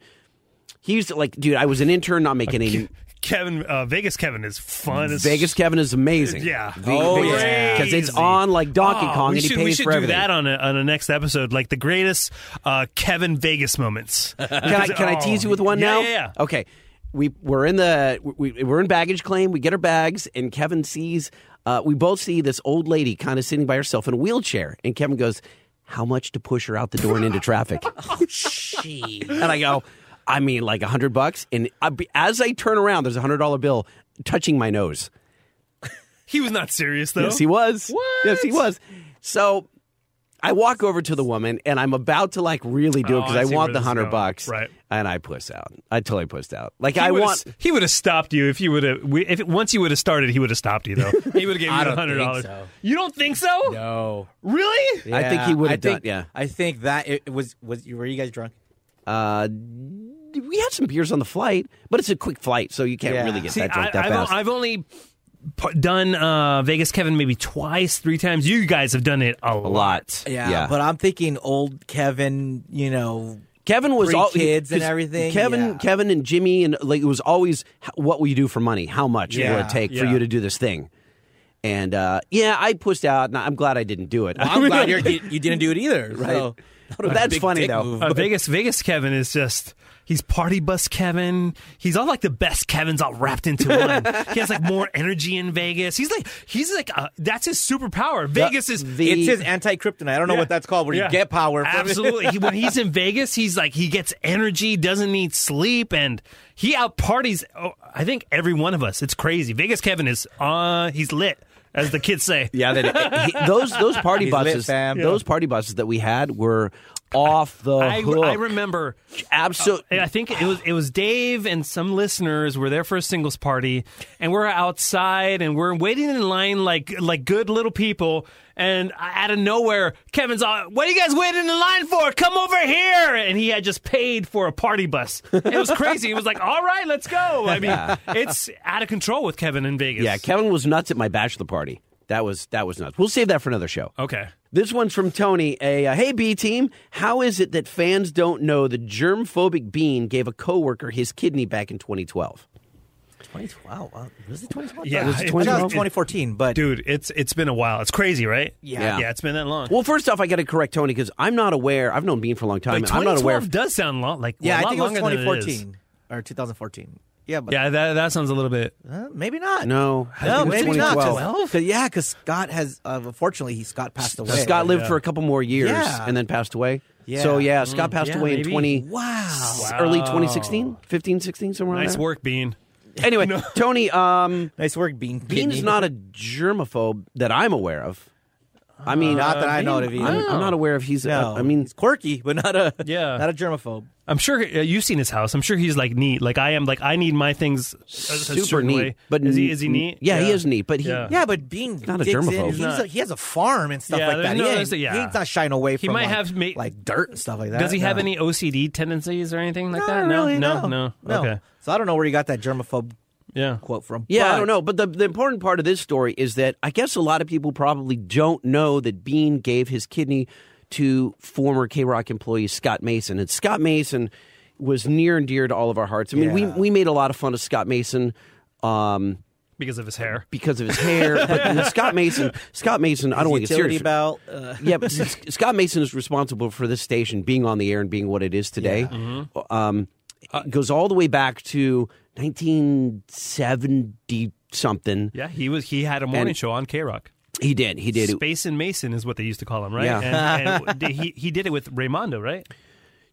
Speaker 1: He used to like, dude. I was an intern, not making any.
Speaker 2: Kevin uh, Vegas Kevin is fun. as-
Speaker 1: Vegas Kevin is amazing.
Speaker 2: Yeah.
Speaker 1: oh yeah, because it's on like Donkey
Speaker 2: Oh,
Speaker 1: Kong,
Speaker 2: we
Speaker 1: and he
Speaker 2: should,
Speaker 1: pays
Speaker 2: we should
Speaker 1: for
Speaker 2: do
Speaker 1: everything.
Speaker 2: that on a, on a next episode, like the greatest uh, Kevin Vegas moments. can
Speaker 1: can I can I tease you with one now?
Speaker 2: Yeah, yeah.
Speaker 1: Okay. We we're in the we, we- we're in baggage claim. We get our bags, and Kevin sees. Uh, we both see this old lady kind of sitting by herself in a wheelchair, and Kevin goes, "How much to push her out the door and into traffic?" and I go, "I mean, like a hundred bucks." And I, be- as I turn around, there's a hundred dollar bill touching my nose.
Speaker 2: He was not serious though.
Speaker 1: Yes, he was. Yes, he was. So I walk over to the woman and I'm about to like really do it
Speaker 2: Oh,
Speaker 1: because
Speaker 2: I
Speaker 1: I,
Speaker 2: see where
Speaker 1: want the
Speaker 2: this is
Speaker 1: hundred
Speaker 2: going.
Speaker 1: bucks.
Speaker 2: Right.
Speaker 1: And I puss out. I totally pussed out. Like
Speaker 2: He
Speaker 1: I
Speaker 2: would've-
Speaker 1: want.
Speaker 2: He would have stopped you if you would have. If once you would have started, he would have stopped you though. He would have given
Speaker 4: I
Speaker 2: you the
Speaker 4: don't
Speaker 2: hundred
Speaker 4: think
Speaker 2: dollars.
Speaker 4: so.
Speaker 2: You don't think so?
Speaker 4: No.
Speaker 2: Really?
Speaker 1: I think he would
Speaker 4: I
Speaker 1: have
Speaker 4: think-
Speaker 1: done- yeah.
Speaker 4: I think that it, it was was were you guys drunk?
Speaker 1: Uh, we had some beers on the flight, but it's a quick flight, so you can't
Speaker 4: Yeah.
Speaker 1: really get
Speaker 2: See,
Speaker 1: that drunk
Speaker 2: I,
Speaker 1: that
Speaker 2: have
Speaker 1: fast.
Speaker 2: I've only p- done uh, Vegas Kevin maybe twice, three times. You guys have done it a, lot.
Speaker 4: Yeah, but I'm thinking old Kevin. You know,
Speaker 1: Kevin was
Speaker 4: three
Speaker 1: all
Speaker 4: kids and
Speaker 1: 'cause
Speaker 4: everything.
Speaker 1: Kevin,
Speaker 4: yeah.
Speaker 1: Kevin, and Jimmy, and like it was always "H- what will you do for money? How much
Speaker 4: Yeah,
Speaker 1: will it take for
Speaker 4: yeah.
Speaker 1: you to do this thing? And uh, yeah, I pushed out, and I'm glad I didn't do it.
Speaker 4: Well, I'm glad you're, you you didn't do it either.
Speaker 1: Right.
Speaker 4: So, not a
Speaker 1: That's
Speaker 4: big
Speaker 1: funny,
Speaker 4: dick
Speaker 1: though.
Speaker 4: move,
Speaker 2: Uh,
Speaker 4: but-
Speaker 2: Vegas Vegas Kevin is just he's party bus Kevin. He's all like the best Kevins all wrapped into one. he has like more energy in Vegas. He's like he's like uh, that's his superpower. Vegas is
Speaker 4: it's his anti kryptonite. I don't know
Speaker 2: Yeah.
Speaker 4: what that's called. Where
Speaker 2: Yeah.
Speaker 4: you get power. From
Speaker 2: Absolutely. He- when he's in Vegas, he's like he gets energy, doesn't need sleep, and he out parties. Oh, I think every one of us. It's crazy. Vegas Kevin is uh he's lit, as the kids say.
Speaker 1: Yeah, they did. He- those those party
Speaker 2: He's lit,
Speaker 1: buses,
Speaker 2: fam.
Speaker 1: those party buses that we had were off the
Speaker 2: I,
Speaker 1: hook.
Speaker 2: I remember absolutely. I think it was it was Dave and some listeners were there for a singles party, and we're outside and we're waiting in line like like good little people. And out of nowhere, Kevin's all, "What are you guys waiting in line for? Come over here!" And he had just paid for a party bus. It was crazy. It was like, "All right, let's go." I mean, it's out of control with Kevin in Vegas.
Speaker 1: yeah, Kevin was nuts at my bachelor party. That was that was nuts. We'll save that for another show.
Speaker 2: Okay.
Speaker 1: This one's from Tony. A uh, hey B team, how is it that fans don't know the germ-phobic bean gave a coworker his kidney back in 2012?
Speaker 4: 2012.
Speaker 1: uh,
Speaker 4: Wow. Was it 2012?
Speaker 2: Yeah,
Speaker 4: it was
Speaker 2: it-
Speaker 4: 2012. 2014. But
Speaker 2: dude, it's it's been a while. It's crazy, right?
Speaker 1: Yeah.
Speaker 2: yeah, it's been that long.
Speaker 1: Well, first off, I got to correct Tony because I'm not aware. I've known Bean for a long time.
Speaker 2: But
Speaker 1: and I'm not aware.
Speaker 2: 2012 does sound long. Like
Speaker 4: yeah,
Speaker 2: a
Speaker 4: I
Speaker 2: lot
Speaker 4: think it was
Speaker 2: longer than it is.
Speaker 4: 2014 or 2014. Yeah, but
Speaker 2: Yeah, that that sounds a little bit.
Speaker 4: uh, maybe not.
Speaker 1: No, I
Speaker 4: no,
Speaker 1: think it
Speaker 4: maybe
Speaker 1: was
Speaker 4: not.
Speaker 1: 2012.
Speaker 4: 'cause- 'cause- yeah, because Scott has uh, unfortunately he Scott passed away.
Speaker 1: Scott lived for a couple more years
Speaker 4: Yeah.
Speaker 1: and then passed away.
Speaker 4: Yeah.
Speaker 1: So yeah, Scott passed
Speaker 2: yeah,
Speaker 1: away
Speaker 2: maybe.
Speaker 1: in 20
Speaker 4: Wow.
Speaker 1: early 2016, 15, 16 somewhere
Speaker 2: Nice
Speaker 1: around there.
Speaker 2: work, Bean.
Speaker 1: Anyway, Tony, um
Speaker 4: Nice work, Bean.
Speaker 1: Bean's
Speaker 4: Kidney.
Speaker 1: not a germaphobe that I'm aware of. I
Speaker 2: Uh,
Speaker 1: mean,
Speaker 4: Uh, Not that I know of either.
Speaker 1: I'm, I'm not aware if he's. uh,
Speaker 4: No.
Speaker 1: I mean,
Speaker 4: he's quirky, but not a
Speaker 2: Yeah.
Speaker 4: not a germaphobe.
Speaker 2: I'm sure uh, you've seen his house. I'm sure he's like neat. Like I am. Like I need my things a, a
Speaker 1: super
Speaker 2: certain
Speaker 1: neat.
Speaker 2: way.
Speaker 1: But
Speaker 2: is he
Speaker 1: n-
Speaker 2: is he
Speaker 1: n-
Speaker 2: neat?
Speaker 1: Yeah, he is neat. But he,
Speaker 2: Yeah.
Speaker 4: Yeah, but Bean
Speaker 1: Not a
Speaker 4: digs in.
Speaker 1: germaphobe.
Speaker 4: He's
Speaker 2: Not-
Speaker 4: a- he has a farm and stuff
Speaker 2: Yeah,
Speaker 4: like
Speaker 2: there's
Speaker 4: that.
Speaker 2: no-
Speaker 4: he,
Speaker 2: there's
Speaker 4: ain't,
Speaker 2: a- yeah.
Speaker 4: he's not shying away
Speaker 2: He
Speaker 4: from
Speaker 2: might
Speaker 4: like,
Speaker 2: have ma-
Speaker 4: like dirt and stuff like that.
Speaker 2: Does he have
Speaker 4: No.
Speaker 2: any OCD tendencies or anything like
Speaker 4: Not
Speaker 2: that?
Speaker 4: really,
Speaker 2: no,
Speaker 4: no,
Speaker 2: no, Okay.
Speaker 4: So I don't know where he got that germaphobe
Speaker 2: Yeah.
Speaker 4: quote from.
Speaker 1: yeah, I
Speaker 4: but-
Speaker 1: don't know. But the, the important part of this story is that I guess a lot of people probably don't know that Bean gave his kidney to former K Rock employee Scott Mason, and Scott Mason was near and dear to all of our hearts. I mean, we
Speaker 4: Yeah.
Speaker 1: we made a lot of fun of Scott Mason. Um,
Speaker 2: Because of his hair.
Speaker 1: because of his hair, but then Scott Mason. Scott Mason. I don't want to get
Speaker 4: Utility
Speaker 1: serious.
Speaker 4: belt. Uh,
Speaker 1: yeah, but S- Scott Mason is responsible for this station being on the air and being what it is today.
Speaker 4: Mm-hmm.
Speaker 1: Um,
Speaker 4: Uh,
Speaker 1: it goes all the way back to 1970 something.
Speaker 2: Yeah, he was. He had a morning show on K Rock.
Speaker 1: He did. He did.
Speaker 2: Space and Mason is what they used to call him, right?
Speaker 1: Yeah.
Speaker 2: And, and did he he did it with Raimondo, right?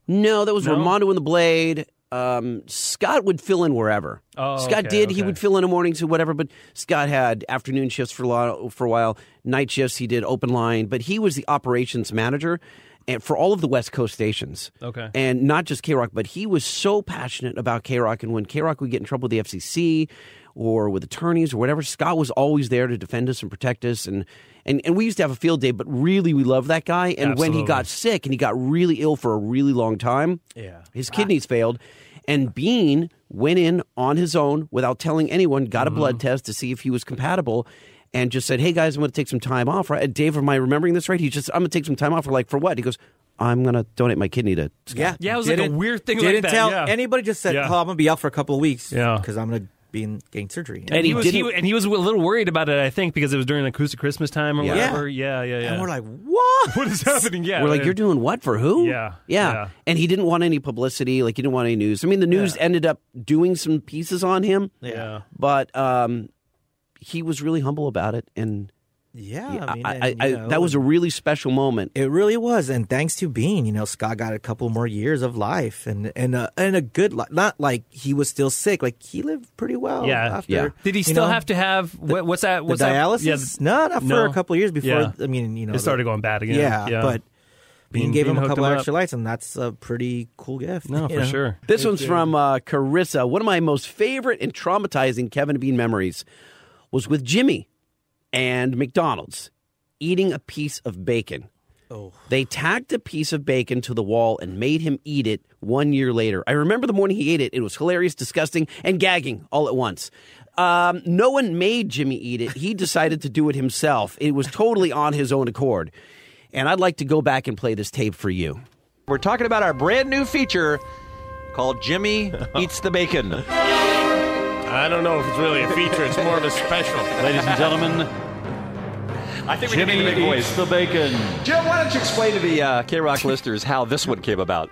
Speaker 1: No, that was
Speaker 2: No?
Speaker 1: Ramondo and the Blade. Um, Scott would fill in wherever.
Speaker 2: Oh,
Speaker 1: Scott
Speaker 2: okay,
Speaker 1: did. He
Speaker 2: okay.
Speaker 1: would fill in the mornings or whatever. But Scott had afternoon shifts for a lot, for a while, night shifts. He did open line, but he was the operations manager. and for all of the West Coast stations.
Speaker 2: Okay.
Speaker 1: And not just K Rock, but he was so passionate about K Rock. And when K Rock would get in trouble with the FCC or with attorneys or whatever, Scott was always there to defend us and protect us. And, and, and we used to have a field day, but really we loved that guy. And when he
Speaker 14: Absolutely.
Speaker 1: got sick and he got really ill for a really long time,
Speaker 14: Yeah.
Speaker 1: his kidneys failed. And Bean went in on his own without telling anyone, got a blood test to see if he was compatible, and just said, Hey guys, I'm going to take some time off. Right? Dave, am I remembering this right? He just, I'm going to take some time off. We're like, For what? He goes, I'm going to donate my kidney to.
Speaker 5: Yeah,
Speaker 2: Yeah, it was like a weird thing like
Speaker 5: Didn't
Speaker 2: that,
Speaker 5: tell
Speaker 2: yeah.
Speaker 5: anybody. Just said,
Speaker 2: Yeah.
Speaker 5: "Oh, I'm gonna be out for a couple of weeks.
Speaker 2: Yeah.
Speaker 5: because I'm gonna be in getting surgery."
Speaker 2: And, he, was he, and he was a little worried about it, I think, because it was during the acoustic Christmas time or
Speaker 1: Yeah.
Speaker 2: whatever. Yeah, yeah, yeah.
Speaker 1: And we're like,
Speaker 5: what?
Speaker 2: What is happening? Yeah,
Speaker 1: We're like,
Speaker 2: and-
Speaker 1: You're doing what for who?
Speaker 2: Yeah,
Speaker 1: Yeah.
Speaker 2: yeah.
Speaker 1: And he didn't want any publicity. Like, he didn't want any news. I mean, the news ended up doing some pieces on him.
Speaker 2: Yeah.
Speaker 1: But um, he was really humble about it. And.
Speaker 5: Yeah,
Speaker 1: Yeah,
Speaker 5: I mean,
Speaker 1: I-
Speaker 5: and,
Speaker 1: I-
Speaker 5: you
Speaker 1: I-
Speaker 5: know,
Speaker 1: that was a really special moment.
Speaker 5: It really was, and thanks to Bean, you know, Scott got a couple more years of life and and a, and a good life. Not like he was still sick; like he lived pretty well.
Speaker 2: yeah.
Speaker 5: Oh, after,
Speaker 2: Did he
Speaker 5: you
Speaker 2: still
Speaker 5: know,
Speaker 2: have to have what, what's that?
Speaker 5: the
Speaker 2: What's
Speaker 5: dialysis?
Speaker 2: That? Yeah,
Speaker 5: no, not for
Speaker 2: no.
Speaker 5: a couple of years before.
Speaker 2: Yeah.
Speaker 5: I mean, you know,
Speaker 2: it started going bad again.
Speaker 5: Yeah, but Bean, gave him a
Speaker 2: hooked
Speaker 5: couple
Speaker 2: up.
Speaker 5: extra lights, and that's a pretty cool gift.
Speaker 2: No,
Speaker 5: you
Speaker 2: Oh, for
Speaker 5: know?
Speaker 2: sure.
Speaker 1: This one's from uh, Carissa. One of my most favorite and traumatizing Kevin Bean memories was with Jimmy and McDonald's eating a piece of bacon.
Speaker 5: Oh.
Speaker 1: They tacked a piece of bacon to the wall and made him eat it one year later. I remember the morning he ate it. It was hilarious, disgusting, and gagging all at once. Um, no one made Jimmy eat it. He decided to do it himself. It was totally on his own accord. And I'd like to go back and play this tape for you.
Speaker 15: We're talking about our brand new feature called Jimmy Eats the Bacon.
Speaker 16: I don't know if it's really a feature. It's more of a special.
Speaker 7: Ladies and gentlemen,
Speaker 15: I think
Speaker 7: Jimmy
Speaker 15: need a big
Speaker 7: eats the bacon.
Speaker 15: Jim, why don't you explain to the uh, K Rock listeners how this one came about?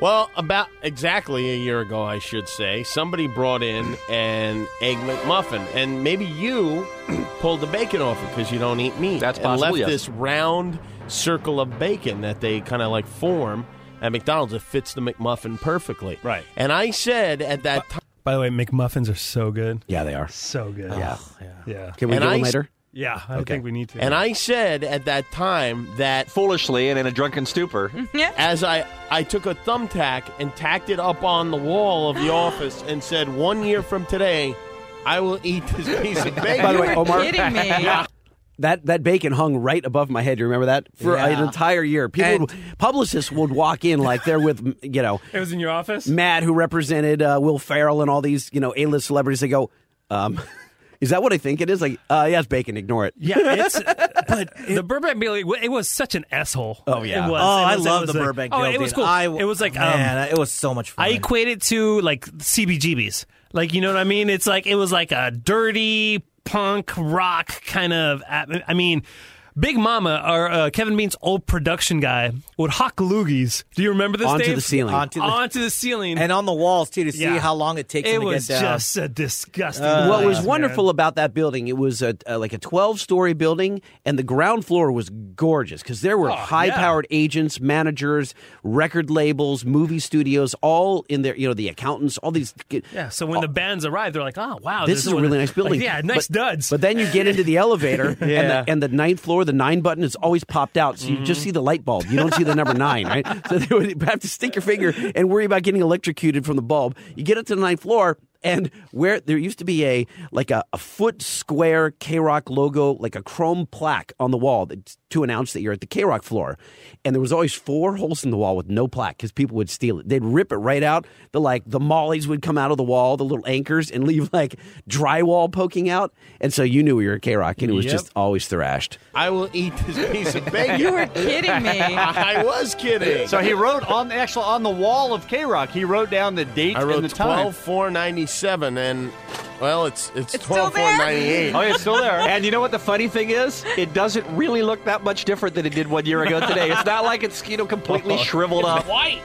Speaker 16: Well, about exactly a year ago, I should say, somebody brought in an egg McMuffin, and maybe you pulled the bacon off it because you don't eat meat. That's
Speaker 15: possible,
Speaker 16: And left
Speaker 15: yes.
Speaker 16: this round circle of bacon that they kind of like form at McDonald's. It fits the McMuffin perfectly. Right. And I said at that time.
Speaker 2: By the way, McMuffins are so good.
Speaker 1: Yeah, they are
Speaker 2: so good.
Speaker 16: Yeah.
Speaker 2: yeah. yeah.
Speaker 16: Can we And do I them s- later?
Speaker 2: Yeah, I think we need to.
Speaker 16: And I said at that time that
Speaker 15: foolishly and in a drunken stupor,
Speaker 7: Mm-hmm.
Speaker 16: as I I took a thumbtack and tacked it up on the wall of the office and said, one year from today, I will eat this piece of bacon.
Speaker 1: By the way, Omar, That that bacon hung right above my head. You remember that for an
Speaker 2: Yeah.
Speaker 1: entire year. People, would, publicists would walk in like they're with you know
Speaker 2: it was in your office.
Speaker 1: Matt, who represented uh, Will Farrell and all these you know A list celebrities. They go, um, is that what I think it is? Like, uh, yeah, it's bacon. Ignore it.
Speaker 2: Yeah, it's but the Burbank Bailey. It was such an asshole.
Speaker 1: Oh, yeah.
Speaker 2: it was.
Speaker 1: Oh,
Speaker 2: It
Speaker 1: I
Speaker 2: was- it
Speaker 1: love
Speaker 2: was
Speaker 1: the
Speaker 2: like-
Speaker 1: Burbank
Speaker 2: Oh, it
Speaker 1: Bill,
Speaker 2: was
Speaker 1: dude.
Speaker 2: cool.
Speaker 1: I-
Speaker 2: it was like
Speaker 1: man,
Speaker 2: um,
Speaker 5: it was so much. fun.
Speaker 2: I equate it to like CBGBs. Like you know what I mean? It's like it was like a dirty punk rock kind of. at- I mean. Big Mama, or uh, Kevin Bean's old production guy, would hawk loogies. Do you remember this?
Speaker 1: Onto
Speaker 2: Dave?
Speaker 1: the ceiling.
Speaker 2: Onto
Speaker 1: Onto
Speaker 2: the,
Speaker 1: the-
Speaker 2: ceiling.
Speaker 5: and on the walls too to see
Speaker 2: Yeah.
Speaker 5: how long it takes
Speaker 2: It
Speaker 5: them to
Speaker 2: was
Speaker 5: get down. Uh,
Speaker 2: just a disgusting.
Speaker 1: what
Speaker 2: place,
Speaker 1: was
Speaker 2: man.
Speaker 1: wonderful about that building? It was a, a like a twelve story building, and the ground floor was gorgeous because there were
Speaker 2: Oh,
Speaker 1: high powered agents, managers, record labels, movie studios, all in there. You know, the accountants, all these.
Speaker 2: Yeah, so when the bands arrived, they're like, "Oh wow,
Speaker 1: this is a
Speaker 2: what
Speaker 1: really
Speaker 2: it-
Speaker 1: nice building.
Speaker 2: Like, yeah, nice
Speaker 1: but,
Speaker 2: duds.
Speaker 1: But then you get into the elevator,
Speaker 2: Yeah. Mm-hmm.
Speaker 1: and, the, and the ninth floor, the nine button is always popped out, so you just see the light bulb. You don't see the number nine, right? So they would have to stick your finger and worry about getting electrocuted from the bulb. You get up to the ninth floor. And where there used to be a like a, a foot square K Rock logo, like a chrome plaque on the wall that, to announce that you're at the K Rock floor, and there was always four holes in the wall with no plaque because people would steal it. They'd rip it right out. The like the mollies would come out of the wall, the little anchors, and leave like drywall poking out. And so you knew you were at K Rock, and it was
Speaker 16: Yep.
Speaker 1: just always thrashed.
Speaker 16: I will eat this piece of bacon.
Speaker 7: You were kidding me.
Speaker 16: I was kidding.
Speaker 7: So he wrote on the actual on the wall of K Rock. He wrote down the date
Speaker 16: I wrote
Speaker 7: and the time.
Speaker 16: 12 497 and well it's it's,
Speaker 7: It's still
Speaker 16: 12 498.
Speaker 7: there. Oh, yeah, it's still there.
Speaker 15: And you know what the funny thing is? It doesn't really look that much different than it did one year ago today. It's not like it's you know completely shriveled
Speaker 16: It's
Speaker 15: up.
Speaker 16: White.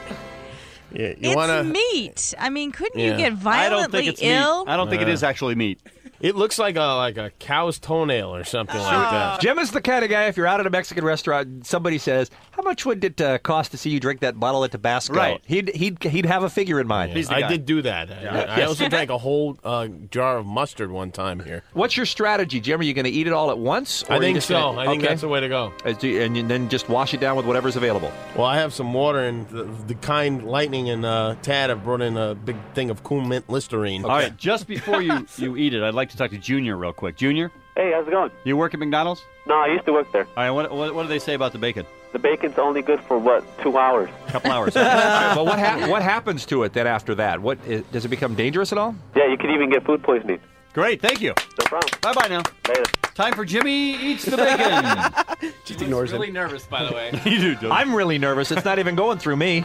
Speaker 16: Yeah, you
Speaker 13: it's
Speaker 16: wanna
Speaker 13: meat. I mean, couldn't you
Speaker 7: Yeah.
Speaker 13: get violently
Speaker 7: I don't think it's
Speaker 13: ill?
Speaker 7: Meat. I don't think it is actually meat.
Speaker 16: It looks like a like a cow's toenail or something
Speaker 17: Oh.
Speaker 16: like that.
Speaker 6: Jim is Uh, the kind of guy. If you're out at a Mexican restaurant, somebody says, "How much would it uh, cost to see you drink that bottle of Tabasco?"
Speaker 16: Right.
Speaker 6: He'd he'd he'd have a figure in mind.
Speaker 16: I did do that. I-
Speaker 6: Yeah.
Speaker 16: I,
Speaker 6: Yes.
Speaker 16: also drank a whole uh, jar of mustard one time here.
Speaker 6: What's your strategy, Jim? Are you going to eat it all at once?
Speaker 16: I
Speaker 6: are you
Speaker 16: think
Speaker 6: just
Speaker 16: so.
Speaker 6: gonna-
Speaker 16: I think
Speaker 6: okay.
Speaker 16: that's the way to go.
Speaker 6: As Uh, do- And you- then just wash it down with whatever's available.
Speaker 16: Well, I have some water, and the, the kind lightning and uh, Tad have brought in a big thing of cool mint Listerine.
Speaker 7: All right, just before you, you eat it, I'd like to talk to Junior real quick. Junior?
Speaker 14: Hey, how's it going?
Speaker 7: You work at McDonald's?
Speaker 14: No, I used to work there.
Speaker 7: All right, what, what, what do they say about the bacon?
Speaker 14: The bacon's only good for what? Two hours.
Speaker 7: couple hours.
Speaker 6: well, what hap- what happens to it then after that? What i does it become dangerous at all?
Speaker 14: Yeah, you could even get food poisoning.
Speaker 7: Great, thank you.
Speaker 14: No problem.
Speaker 7: Bye bye now.
Speaker 14: Later.
Speaker 7: Time for Jimmy Eats the Bacon.
Speaker 6: Just ignores
Speaker 17: really nervous, by the way.
Speaker 6: eh?
Speaker 7: you
Speaker 6: I'm really nervous. It's not even going through me.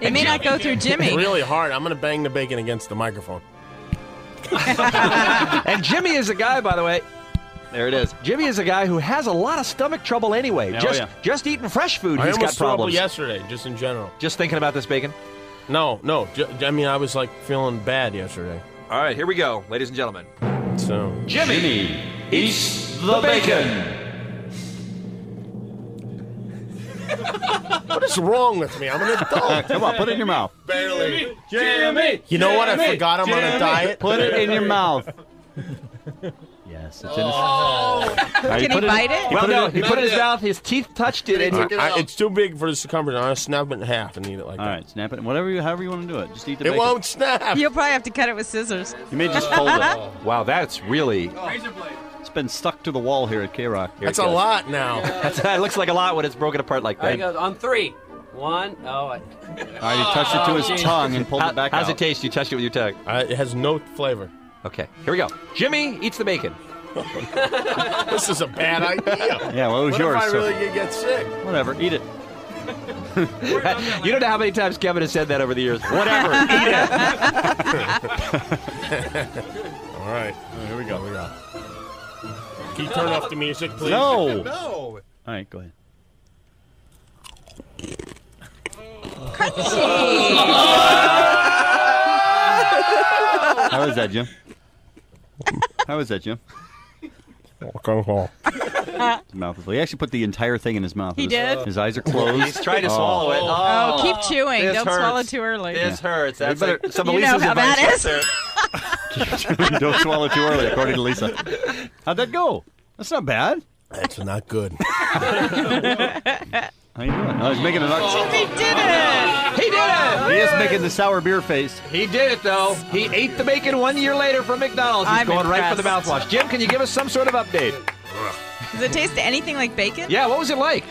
Speaker 17: It may not go through Jimmy.
Speaker 16: really hard. I'm going to bang the bacon against the microphone.
Speaker 6: and Jimmy is a guy, by the way. There it is. Jimmy is a guy who has a lot of stomach trouble anyway.
Speaker 16: Yeah, oh,
Speaker 6: just
Speaker 16: yeah.
Speaker 6: just eating fresh food,
Speaker 16: I
Speaker 6: he's
Speaker 16: almost
Speaker 6: got
Speaker 16: threw
Speaker 6: problems.
Speaker 16: up yesterday, just in general.
Speaker 6: Just thinking about this bacon.
Speaker 16: No, no. Ju- I mean, I was like feeling bad yesterday.
Speaker 6: All right, here we go, ladies and gentlemen.
Speaker 16: So
Speaker 6: Jimmy, eats the bacon.
Speaker 16: What is wrong with me? I'm an adult.
Speaker 7: Come on, put it in your mouth.
Speaker 16: Barely.
Speaker 7: Jimmy,
Speaker 16: You know what? I
Speaker 7: Jimmy,
Speaker 16: forgot I'm on
Speaker 7: Jimmy.
Speaker 16: a diet.
Speaker 7: Put it in your mouth. yes, it's innocent.
Speaker 16: Oh. Can he bite it?
Speaker 6: Well,
Speaker 16: Put it
Speaker 6: no,
Speaker 16: in-
Speaker 6: he put it in his
Speaker 16: Yeah.
Speaker 6: mouth. His teeth touched it, and
Speaker 16: I- I- it's too big for the circumference. I'll snap it in half and eat it like that. All right,
Speaker 7: snap it. Whatever you, however you want to do it. Just eat
Speaker 16: It won't snap.
Speaker 17: You'll probably have to cut it with scissors.
Speaker 7: You may just fold it.
Speaker 6: wow, that's really.
Speaker 7: It's been stuck to the wall here at K Rock.
Speaker 17: That's a lot
Speaker 16: now.
Speaker 6: that looks like a lot when it's broken apart like
Speaker 17: All right,
Speaker 6: that.
Speaker 17: go on three. One. Oh, I...
Speaker 7: All right, he touched it to his
Speaker 17: Oh, geez.
Speaker 7: tongue and pulled
Speaker 6: How-
Speaker 7: it back
Speaker 6: How's
Speaker 7: out.
Speaker 6: it taste? You touched it with your tongue.
Speaker 16: Uh, it has no flavor.
Speaker 6: Okay, here we go. Jimmy eats the bacon.
Speaker 16: this is a bad idea.
Speaker 7: Yeah, what was
Speaker 16: what
Speaker 7: yours?
Speaker 16: If I
Speaker 7: sir?
Speaker 16: really could get sick.
Speaker 7: Whatever, eat it.
Speaker 6: you don't know how many times Kevin has said that over the years. Whatever.
Speaker 16: All right, here we go. Here we go. Can you turn off the music, please?
Speaker 7: No.
Speaker 16: no.
Speaker 7: All right, go ahead. How is that, Jim? How is that, Jim? His mouth is full. He actually put the entire thing in his mouth.
Speaker 17: Uh, He
Speaker 7: His-
Speaker 17: did?
Speaker 7: His eyes are closed. Oh.
Speaker 6: He's trying to swallow it.
Speaker 17: Oh,
Speaker 6: Oh,
Speaker 17: keep chewing.
Speaker 6: this
Speaker 17: Don't
Speaker 6: hurts.
Speaker 17: swallow too early.
Speaker 6: This hurts. That's
Speaker 7: better-
Speaker 6: like some of
Speaker 17: You know
Speaker 6: Lisa's
Speaker 17: how
Speaker 6: advice
Speaker 17: that
Speaker 6: right
Speaker 17: is.
Speaker 6: there.
Speaker 7: Don't swallow too early, according to Lisa. How'd that go? That's not bad.
Speaker 16: That's not good.
Speaker 7: How you doing? Oh, he's making an.
Speaker 17: He did it.
Speaker 6: He did it.
Speaker 7: He is making the sour beer face.
Speaker 6: He did it though. He ate the bacon one year later from McDonald's. He's
Speaker 17: I'm
Speaker 6: going right for the
Speaker 17: impressed.
Speaker 6: mouthwash. Jim, can you give us some sort of update?
Speaker 17: Does it taste anything like bacon?
Speaker 6: Yeah, what was it like?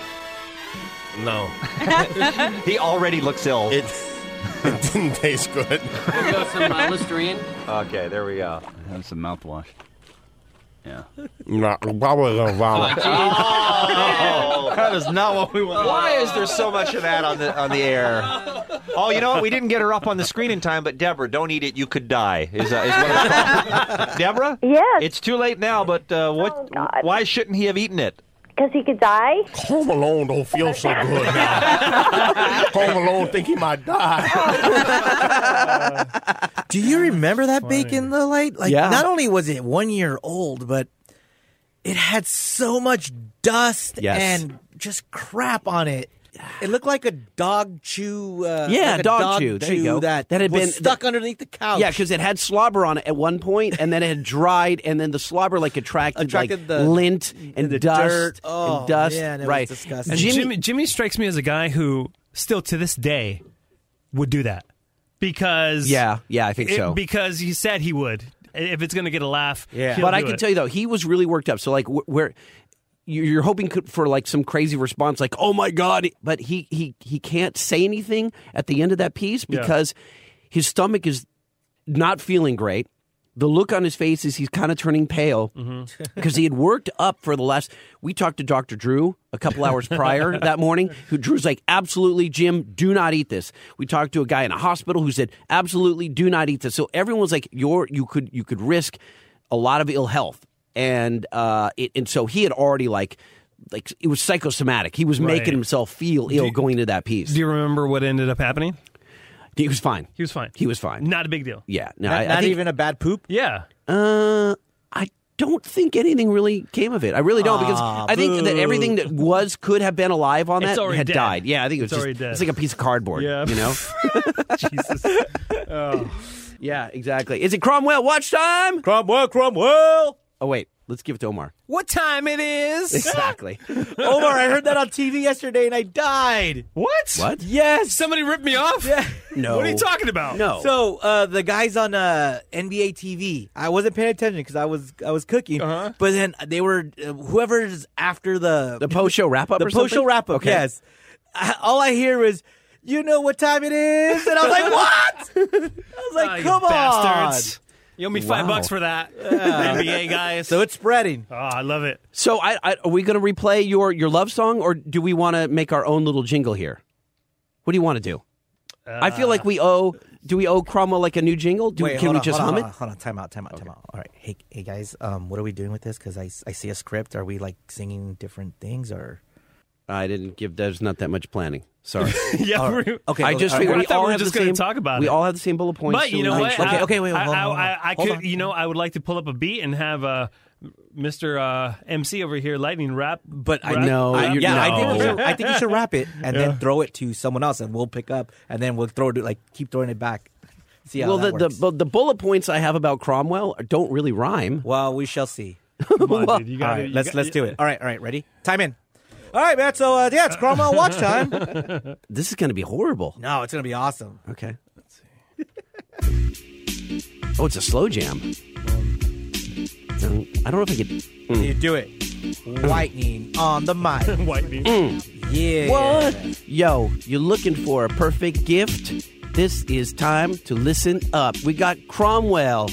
Speaker 16: No.
Speaker 6: he already looks ill.
Speaker 16: It, it didn't taste good.
Speaker 17: go some uh, Listerine.
Speaker 6: Okay, there we go.
Speaker 7: Have some mouthwash. Yeah.
Speaker 6: Oh. That
Speaker 7: is not what we want.
Speaker 6: Oh. Why is there so much of that on the on the air? Oh, you know what? We didn't get her up on the screen in time, but Deborah, don't eat it. You could die. Is, uh, is what it's called. Deborah? Yes. It's too late now, but uh, what? why shouldn't he have eaten it?
Speaker 11: Because Oh, he could die.
Speaker 16: Home Alone don't feel so good now. Home Alone think he might die.
Speaker 5: Do you remember that bacon though? Like, like
Speaker 4: Yeah.
Speaker 5: not only was it one year old, but it had so much dust
Speaker 4: Yes.
Speaker 5: and just crap on it. It looked like a dog chew. Uh,
Speaker 1: yeah,
Speaker 5: like a
Speaker 1: dog, chew. There you go.
Speaker 5: That, had been stuck underneath the couch.
Speaker 1: Yeah, because it had slobber on it at one point, and then it had dried, and then the slobber like attracted,
Speaker 5: Attracted
Speaker 1: like
Speaker 5: the-
Speaker 1: lint and
Speaker 5: the
Speaker 1: dust
Speaker 5: dirt. Oh,
Speaker 1: and dust.
Speaker 5: man, it was
Speaker 1: right,
Speaker 5: disgusting.
Speaker 2: And Jimmy, Jimmy strikes me as a guy who still to this day would do that because
Speaker 1: Yeah, yeah, I think
Speaker 2: it-
Speaker 1: so.
Speaker 2: because he said he would if it's going to get a laugh. he'll
Speaker 1: but I
Speaker 2: do
Speaker 1: can
Speaker 2: it.
Speaker 1: tell you though, he was really worked up. So like, wh- where you- you're hoping could- for like some crazy response, like "Oh my god!" But he he he can't say anything at the end of that piece
Speaker 2: Yeah.
Speaker 1: because his stomach is not feeling great. The look on his face is he's kind of turning pale
Speaker 2: Mm-hmm.
Speaker 1: because he had worked up for the last. We talked to Dr. Drew a couple hours prior that morning, who Drew's like, absolutely, Jim, do not eat this. We talked to a guy in a hospital who said, absolutely, do not eat this. So everyone was like, you're, you could you could risk a lot of ill health, and uh, it, and so he had already like like it was psychosomatic. He was
Speaker 2: Right.
Speaker 1: making himself feel
Speaker 2: Do
Speaker 1: ill
Speaker 2: you-
Speaker 1: going to that piece.
Speaker 2: Do you remember what ended up happening?
Speaker 1: He was fine.
Speaker 2: He was fine.
Speaker 1: He was fine.
Speaker 2: Not a big deal.
Speaker 1: Yeah, no,
Speaker 2: Not-
Speaker 1: I, I
Speaker 2: not
Speaker 1: think-
Speaker 2: even
Speaker 5: a bad poop.
Speaker 2: Yeah.
Speaker 1: Uh, don't think anything really came of it. I really don't because
Speaker 3: Ah,
Speaker 1: I think that
Speaker 3: boo.
Speaker 1: everything that was could have been alive on
Speaker 2: It's
Speaker 1: that
Speaker 2: already
Speaker 1: had
Speaker 2: dead.
Speaker 1: died. Yeah, I think it was
Speaker 2: It's
Speaker 1: just
Speaker 2: already dead.
Speaker 1: it's like a piece of cardboard.
Speaker 2: Yeah. Oh.
Speaker 1: you know. Yeah, exactly. Is it Cromwell watch time?
Speaker 5: Cromwell, Cromwell.
Speaker 1: Oh wait, let's give it to Omar.
Speaker 5: What time it is?
Speaker 1: Exactly.
Speaker 5: Omar, I heard that on TV yesterday and I died.
Speaker 2: What?
Speaker 1: What?
Speaker 5: Yes.
Speaker 2: Somebody ripped me off?
Speaker 5: Yeah.
Speaker 1: No.
Speaker 2: What are you talking about?
Speaker 5: So uh, the guys on uh, NBA TV, I wasn't paying attention because I was I was cooking.
Speaker 2: Uh-huh.
Speaker 5: But then they were uh, whoever's after the
Speaker 1: The post-show wrap-up
Speaker 5: The
Speaker 1: or
Speaker 5: post show
Speaker 1: something?
Speaker 5: wrap up.
Speaker 1: Okay.
Speaker 5: Yes. I, all I hear is, you know what time it is, and I was like, what? I was like,
Speaker 2: Oh, you
Speaker 5: come
Speaker 2: bastards.
Speaker 5: on.
Speaker 2: You owe me five
Speaker 1: Wow.
Speaker 2: bucks for that,
Speaker 5: Yeah.
Speaker 2: NBA guys.
Speaker 5: So it's spreading.
Speaker 2: Oh, I love it.
Speaker 1: So, I, I, are we going to replay your your love song, or do we want to make our own little jingle here? What do you want to do? I feel like we owe. Do we owe Cromwell like a new jingle? Do,
Speaker 5: Wait,
Speaker 1: can
Speaker 5: hold
Speaker 1: we
Speaker 5: on,
Speaker 1: just
Speaker 5: hold
Speaker 1: hum
Speaker 5: on,
Speaker 1: it?
Speaker 5: Hold on, hold on, time out, time out, time out. All right, hey, hey guys, um, what are we doing with this? Because I, s- I see a script. Are we like singing different things or?
Speaker 1: I didn't give. There's not that much planning. Sorry.
Speaker 2: Yeah,
Speaker 5: All right.
Speaker 2: we-
Speaker 5: okay.
Speaker 1: I just
Speaker 5: all right.
Speaker 1: figured
Speaker 2: I
Speaker 1: we
Speaker 2: thought
Speaker 1: all
Speaker 2: we were
Speaker 1: have
Speaker 2: just
Speaker 1: the
Speaker 2: gonna
Speaker 1: same
Speaker 2: talk about
Speaker 1: we
Speaker 2: it.
Speaker 1: all have the same bullet points.
Speaker 2: But you
Speaker 1: so
Speaker 2: know
Speaker 1: we-
Speaker 2: what?
Speaker 1: Okay,
Speaker 2: I-
Speaker 1: okay, wait,
Speaker 2: I,
Speaker 1: hold on,
Speaker 2: I-
Speaker 1: hold on.
Speaker 2: I- I
Speaker 1: Hold
Speaker 2: could,
Speaker 1: on.
Speaker 2: you know, I would like to pull up a beat and have uh, Mr. Uh, MC over here, Lightning Rap. But
Speaker 5: I know. yeah, I think, you should,
Speaker 2: no.
Speaker 5: I think you should wrap it and
Speaker 2: Yeah.
Speaker 5: then throw it to someone else, and we'll pick up, and then we'll throw it like keep throwing it back. See how
Speaker 1: well,
Speaker 5: that
Speaker 1: the,
Speaker 5: works.
Speaker 1: the bu- the bullet points I have about Cromwell don't really rhyme.
Speaker 5: Well, we shall see.
Speaker 1: Well,
Speaker 5: All right, let's let's do it. All right, all right, ready? Time in. All right, man. So uh, yeah, it's Cromwell watch time.
Speaker 1: This is going to be horrible.
Speaker 5: no, it's gonna be awesome.
Speaker 1: Okay. Oh, it's a slow jam. Um, I don't know if I could. Mm.
Speaker 5: You do it. Whitening on the mic.
Speaker 2: Whitening.
Speaker 5: Yeah.
Speaker 1: Mm. What? Yo, you're looking for a perfect gift? This is time to listen up. We got Cromwell